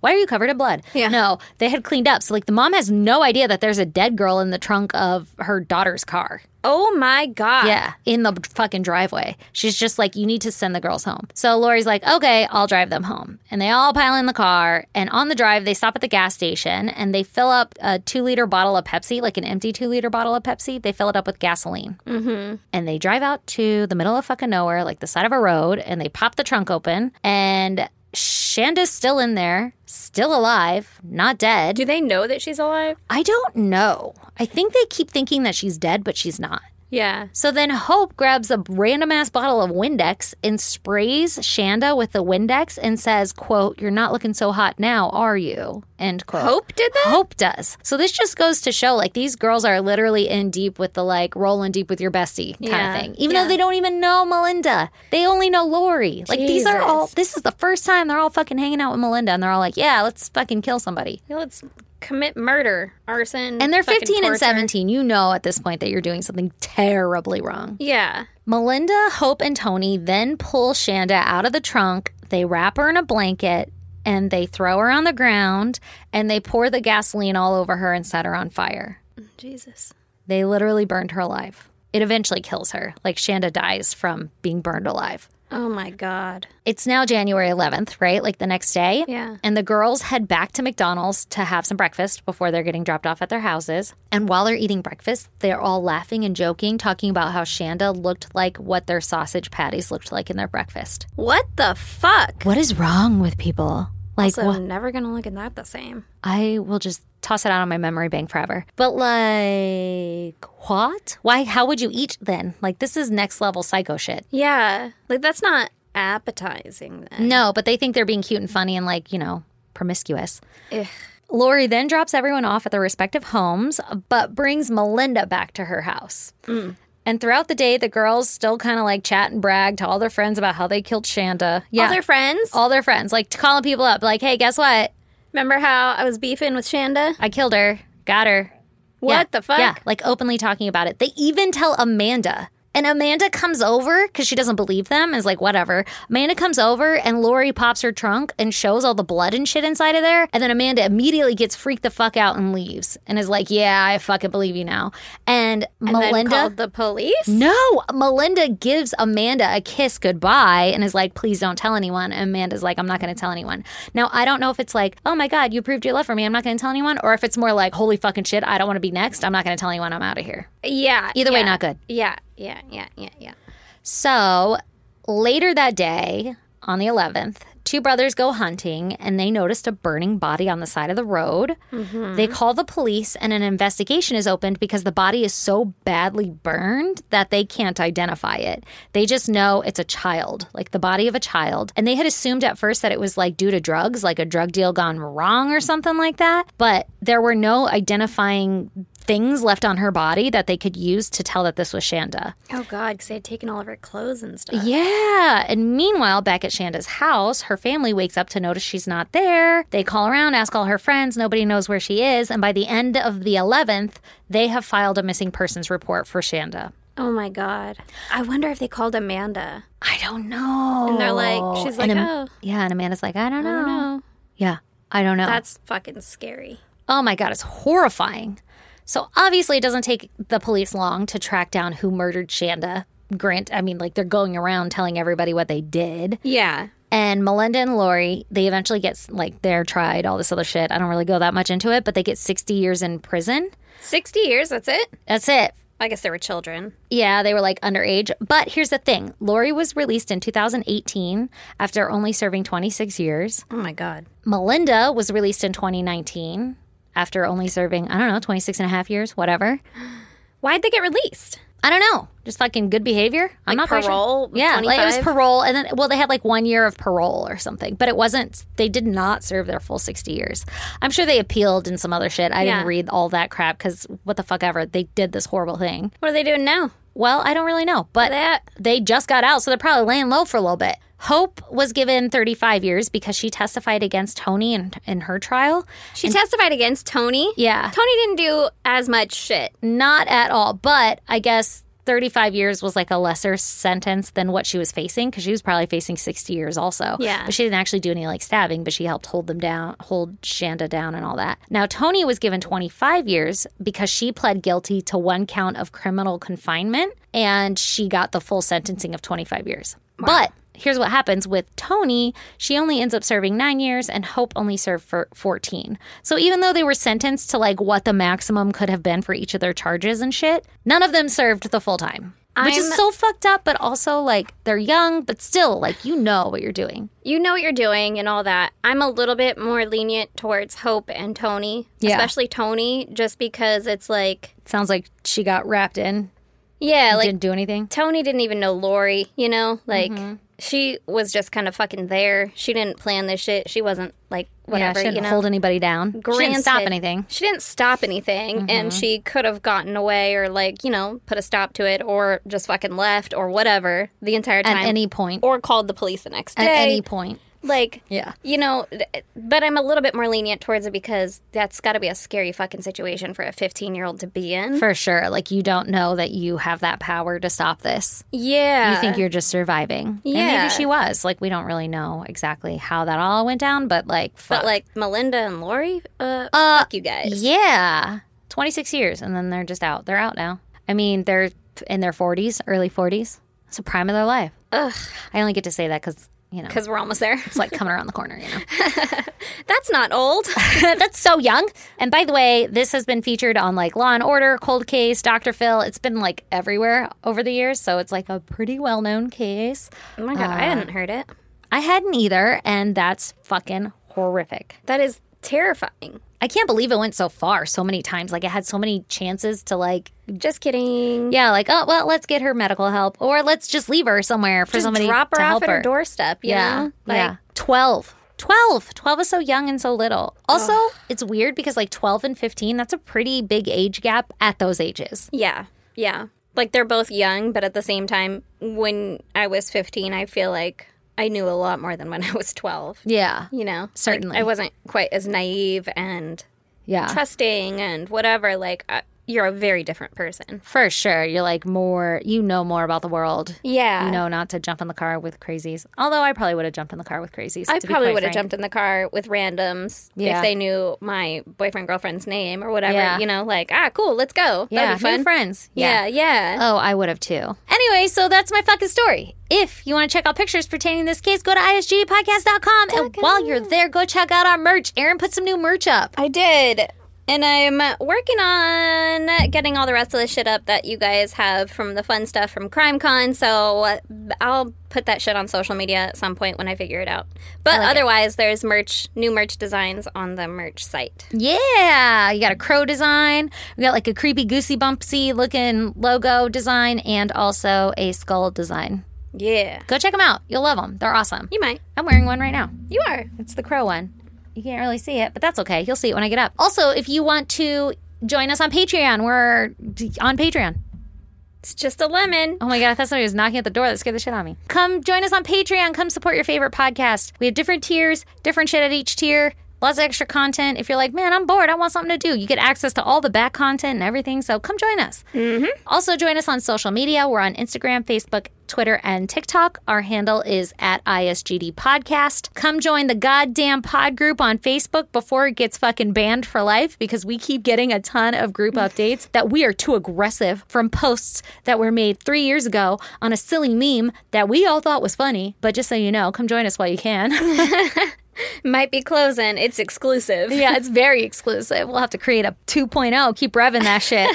[SPEAKER 1] Why are you covered in blood?
[SPEAKER 2] Yeah.
[SPEAKER 1] No, they had cleaned up. So, like, the mom has no idea that there's a dead girl in the trunk of her daughter's car.
[SPEAKER 2] Oh my god.
[SPEAKER 1] Yeah, in the fucking driveway. She's just like, you need to send the girls home. So Lori's like, okay, I'll drive them home. And they all pile in the car. And on the drive, they stop at the gas station and they fill up a two liter bottle of Pepsi, like an empty two liter bottle of Pepsi. They fill it up with gasoline. Mm-hmm. And they drive out to the middle of fucking nowhere, like the side of a road, and they pop the trunk open. And Shanda's still in there, still alive, not dead.
[SPEAKER 2] Do they know that she's alive?
[SPEAKER 1] I don't know. I think they keep thinking that she's dead, but she's not.
[SPEAKER 2] Yeah.
[SPEAKER 1] So then Hope grabs a random ass bottle of Windex and sprays Shanda with the Windex and says, quote, You're not looking so hot now, are you? End quote.
[SPEAKER 2] Hope did that?
[SPEAKER 1] Hope does. So this just goes to show like these girls are literally in deep with the like rolling deep with your bestie kind
[SPEAKER 2] Yeah.
[SPEAKER 1] of thing. Even
[SPEAKER 2] Yeah.
[SPEAKER 1] though they don't even know Melinda. They only know Lori. Like these are all
[SPEAKER 2] Jesus.
[SPEAKER 1] this is the first time they're all fucking hanging out with Melinda and they're all like, Yeah, let's fucking kill somebody.
[SPEAKER 2] Yeah, Let's commit murder, arson.
[SPEAKER 1] And they're
[SPEAKER 2] fucking
[SPEAKER 1] 15 and
[SPEAKER 2] torture.
[SPEAKER 1] 17. You know at this point that you're doing something terribly wrong.
[SPEAKER 2] Yeah.
[SPEAKER 1] Melinda, Hope, and Tony then pull Shanda out of the trunk. They wrap her in a blanket and they throw her on the ground and they pour the gasoline all over her and set her on fire.
[SPEAKER 2] Jesus.
[SPEAKER 1] They literally burned her alive. It eventually kills her. Like Shanda dies from being burned alive.
[SPEAKER 2] Oh my god.
[SPEAKER 1] It's now January 11th, right? Like the next day.
[SPEAKER 2] Yeah.
[SPEAKER 1] And the girls head back to McDonald's to have some breakfast before they're getting dropped off at their houses. And while they're eating breakfast, they're all laughing and joking, talking about how Shanda looked like what their sausage patties looked like in their breakfast.
[SPEAKER 2] What the fuck?
[SPEAKER 1] What is wrong with people? Like,
[SPEAKER 2] So
[SPEAKER 1] wha-
[SPEAKER 2] I'm never gonna look at that the same.
[SPEAKER 1] I will just toss it out of my memory bank forever. But like, what? Why? How would you eat then? Like, this is next level psycho shit.
[SPEAKER 2] Yeah, like that's not appetizing. Then
[SPEAKER 1] No, but they think they're being cute and funny and like, you know, promiscuous. Lori then drops everyone off at their respective homes, but brings Melinda back to her house.
[SPEAKER 2] Mm.
[SPEAKER 1] And throughout the day, the girls still kind of like chat and brag to all their friends about how they killed Shanda. Yeah.
[SPEAKER 2] all their friends.
[SPEAKER 1] All their friends, like calling people up, like, hey, guess what?
[SPEAKER 2] Remember how I was beefing with Shanda?
[SPEAKER 1] I killed her, got her.
[SPEAKER 2] What
[SPEAKER 1] Yeah,
[SPEAKER 2] the fuck?
[SPEAKER 1] Yeah, like openly talking about it. They even tell Amanda. And Amanda comes over because she doesn't believe them. Is like whatever. Amanda comes over and Lori pops her trunk and shows all the blood and shit inside of there. And then Amanda immediately gets freaked the fuck out and leaves and is like, "Yeah, I fucking believe you now." And,
[SPEAKER 2] And then
[SPEAKER 1] Melinda Mm.
[SPEAKER 2] called the police.
[SPEAKER 1] no, Melinda gives Amanda a kiss goodbye and is like, please don't tell anyone. And Amanda's like, I'm not going to tell anyone. Now, I don't know if it's like, oh my God, you proved your love for me. I'm not going to tell anyone. Or if it's more like, holy fucking shit, I don't want to be next. I'm not going to tell anyone. I'm out of here.
[SPEAKER 2] Yeah.
[SPEAKER 1] Either way,
[SPEAKER 2] yeah.
[SPEAKER 1] not good.
[SPEAKER 2] Yeah, yeah, yeah, yeah, yeah.
[SPEAKER 1] So later that day, on the 11th, two brothers go hunting and they noticed a burning body on the side of the road. They call the police and an investigation is opened because the body is so badly burned that they can't identify it. They just know it's a child, like the body of a child. And they had assumed at first that it was like due to drugs, like a drug deal gone wrong or something like that. But there were no identifying things left on her body that they could use to tell that this was Shanda.
[SPEAKER 2] Oh God, because they had taken all of her clothes and stuff.
[SPEAKER 1] Yeah. And meanwhile, back at Shanda's house, her family wakes up to notice she's not there. They call around, ask all her friends. Nobody knows where she is. And by the end of the 11th, they have filed a missing persons report for Shanda.
[SPEAKER 2] Oh my God. I wonder if they called Amanda.
[SPEAKER 1] I don't know.
[SPEAKER 2] And they're like, she's like,
[SPEAKER 1] And
[SPEAKER 2] oh.
[SPEAKER 1] Yeah. And Amanda's like, I don't know.
[SPEAKER 2] No,
[SPEAKER 1] Yeah. I don't know.
[SPEAKER 2] that's fucking scary.
[SPEAKER 1] Oh my God, it's horrifying. So obviously, it doesn't take the police long to track down who murdered Shanda. Grant, I mean, like they're going around telling everybody what they did.
[SPEAKER 2] Yeah.
[SPEAKER 1] And Melinda and Lori, they eventually get like they're tried, all this other shit. I don't really go that much into it, but they get 60 years in prison.
[SPEAKER 2] Sixty years. That's it.
[SPEAKER 1] That's it.
[SPEAKER 2] I guess they were children.
[SPEAKER 1] Yeah, they were like underage. But here's the thing Lori was released in 2018 after only serving 26 years.
[SPEAKER 2] Oh my God.
[SPEAKER 1] Melinda was released in 2019 after only serving, I don't know, 26 and a half years, whatever.
[SPEAKER 2] Why'd they get released?
[SPEAKER 1] I don't know. Just fucking good behavior. I'm not quite sure.
[SPEAKER 2] parole,
[SPEAKER 1] Yeah, like it was
[SPEAKER 2] 25?
[SPEAKER 1] parole, and then well, they had like one year of parole or something, but it wasn't. They did not serve their full sixty years. I'm sure they appealed and some other shit. I
[SPEAKER 2] Yeah.
[SPEAKER 1] didn't read all that crap because what the fuck ever. They did this horrible thing.
[SPEAKER 2] What are they doing now?
[SPEAKER 1] Well, I don't really know, but
[SPEAKER 2] That
[SPEAKER 1] they just got out, so they're probably laying low for a little bit. Hope was given 35 years because she testified against Tony in, in her trial.
[SPEAKER 2] she testified against Tony.
[SPEAKER 1] Yeah.
[SPEAKER 2] Tony didn't do as much shit.
[SPEAKER 1] Not at all. But I guess 35 years was like a lesser sentence than what she was facing because she was probably facing 60 years also.
[SPEAKER 2] Yeah.
[SPEAKER 1] But she didn't actually do any like stabbing, but she helped hold them down, hold Shanda down and all that. Now, Tony was given 25 years because she pled guilty to one count of criminal confinement and she got the full sentencing of 25 years. But here's what happens with Tony. She only ends up serving nine years, and Hope only served for 14. So even though they were sentenced to like what the maximum could have been for each of their charges and shit, none of them served the full time, which is
[SPEAKER 2] I'm-
[SPEAKER 1] so fucked up, but also like they're young, but still like you know what you're doing.
[SPEAKER 2] you know what you're doing and all that. I'm a little bit more lenient towards Hope and Tony,
[SPEAKER 1] Yeah.
[SPEAKER 2] especially Tony, just because it's like,
[SPEAKER 1] Sounds like she got wrapped in,
[SPEAKER 2] yeah, like
[SPEAKER 1] didn't do anything.
[SPEAKER 2] Tony didn't even know Lori, you know? Like,
[SPEAKER 1] Mm-hmm.
[SPEAKER 2] she was just kind of fucking there. She didn't plan this shit. She wasn't like,
[SPEAKER 1] yeah, she
[SPEAKER 2] whatever,
[SPEAKER 1] didn't
[SPEAKER 2] you know?
[SPEAKER 1] hold anybody down. She didn't stop
[SPEAKER 2] Granted,
[SPEAKER 1] anything. Mm-hmm.
[SPEAKER 2] She didn't stop anything, and she could have gotten away or, like, you know, put a stop to it or just fucking left or whatever the entire time.
[SPEAKER 1] At any point.
[SPEAKER 2] or called the police the next day.
[SPEAKER 1] At any point.
[SPEAKER 2] Like,
[SPEAKER 1] Yeah.
[SPEAKER 2] you know, th- but I'm a little bit more lenient towards it because that's got to be a scary fucking situation for a 15 year old to be in.
[SPEAKER 1] For sure. Like you don't know that you have that power to stop this.
[SPEAKER 2] yeah.
[SPEAKER 1] you think you're just surviving. And
[SPEAKER 2] Uh. Yeah.
[SPEAKER 1] maybe she was. Like, we don't really know exactly how that all went down, but like, fuck.
[SPEAKER 2] but like Melinda and Lori, uh, fuck you guys.
[SPEAKER 1] yeah, 26 years. And then they're just out. They're out now. I mean, they're in their 40s, early 40s. It's the prime of their life. Ugh. I only get to say that because, you know,
[SPEAKER 2] Because we're almost there.
[SPEAKER 1] it's like coming around the corner, you know.
[SPEAKER 2] That's not old.
[SPEAKER 1] That's so young. And by the way, this has been featured on like Law and Order, Cold Case, Dr. Phil. It's been like everywhere over the years. So it's like a pretty well known case. Uh.
[SPEAKER 2] oh my God, I hadn't heard it.
[SPEAKER 1] I hadn't either, and that's fucking horrific.
[SPEAKER 2] That is terrifying.
[SPEAKER 1] I can't believe it went so far so many times. Like it had so many chances to like
[SPEAKER 2] Just kidding.
[SPEAKER 1] yeah, like oh well, let's get her medical help or let's just leave her somewhere for
[SPEAKER 2] Just
[SPEAKER 1] somebody
[SPEAKER 2] drop her
[SPEAKER 1] to
[SPEAKER 2] off
[SPEAKER 1] help
[SPEAKER 2] at
[SPEAKER 1] her.
[SPEAKER 2] her doorstep. You
[SPEAKER 1] yeah,
[SPEAKER 2] Know? Like,
[SPEAKER 1] yeah. 12. 12. 12 is so young and so little. Also, it's weird because like 12 and 15, that's a pretty big age gap at those ages.
[SPEAKER 2] Yeah. Yeah. Like they're both young, but at the same time, when I was 15, I feel like I knew a lot more than when I was 12.
[SPEAKER 1] Yeah.
[SPEAKER 2] You know? Like,
[SPEAKER 1] Certainly.
[SPEAKER 2] I wasn't quite as naive and
[SPEAKER 1] Yeah.
[SPEAKER 2] trusting and whatever. Like, I, you're a very different person.
[SPEAKER 1] For sure. You're like more, you know more about the world.
[SPEAKER 2] Yeah.
[SPEAKER 1] You know not to jump in the car with crazies. Although I probably would have jumped in the car with crazies.
[SPEAKER 2] I
[SPEAKER 1] to be
[SPEAKER 2] probably
[SPEAKER 1] quite
[SPEAKER 2] would have
[SPEAKER 1] frank.
[SPEAKER 2] jumped in the car with randoms
[SPEAKER 1] Yeah.
[SPEAKER 2] if they knew my boyfriend girlfriend's name or whatever.
[SPEAKER 1] Yeah.
[SPEAKER 2] You know, like ah, cool, let's go.
[SPEAKER 1] Yeah.
[SPEAKER 2] That'd be fun.
[SPEAKER 1] New friends.
[SPEAKER 2] Yeah, yeah.
[SPEAKER 1] Oh, I would have too. Anyway, so that's my fucking story. If you want to check out pictures pertaining to this case, go to isgpodcast.com. And while you're there, go check out our merch. Aaron put some new merch up.
[SPEAKER 2] I did. And I'm working on getting all the rest of the shit up that you guys have from the fun stuff from CrimeCon. So I'll put that shit on social media at some point when I figure it out. But otherwise, there's merch, new merch designs on the merch site.
[SPEAKER 1] Yeah, you got a crow design. We got like a creepy goosey bumpsy looking logo design and also a skull design.
[SPEAKER 2] Yeah.
[SPEAKER 1] Go check them out. You'll love them. They're awesome.
[SPEAKER 2] You might.
[SPEAKER 1] I'm wearing one right now.
[SPEAKER 2] You are.
[SPEAKER 1] It's the crow one. You can't really see it, but that's okay. You'll see it when I get up. Also, if you want to join us on Patreon, we're on Patreon.
[SPEAKER 2] It's just a lemon.
[SPEAKER 1] Oh my god, I thought somebody was knocking at the door. That scared the shit out of me. Come join us on Patreon. Come support your favorite podcast. We have different tiers, different shit at each tier. Lots of extra content. If you're like, man, I'm bored. I want something to do. You get access to all the back content and everything. So come join us. Also, join us on social media. We're on Instagram, Facebook, Twitter, and TikTok. Our handle is at ISGD Podcast. Come join the goddamn pod group on Facebook before it gets fucking banned for life because we keep getting a ton of group updates that we are too aggressive from posts that were made three years ago on a silly meme that we all thought was funny. But just so you know, come join us while you can.
[SPEAKER 2] Might be closing. It's exclusive.
[SPEAKER 1] Yeah, it's very exclusive. We'll have to create a 2.0. Keep revving that shit.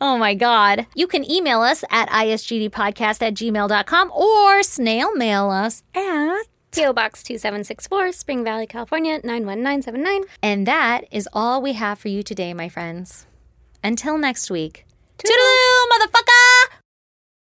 [SPEAKER 1] oh my God. You can email us at isgdpodcast at gmail.com or snail mail us at.
[SPEAKER 2] PO Box 2764, Spring Valley, California 91979.
[SPEAKER 1] And that is all we have for you today, my friends. Until next week. Toodaloo, motherfucker!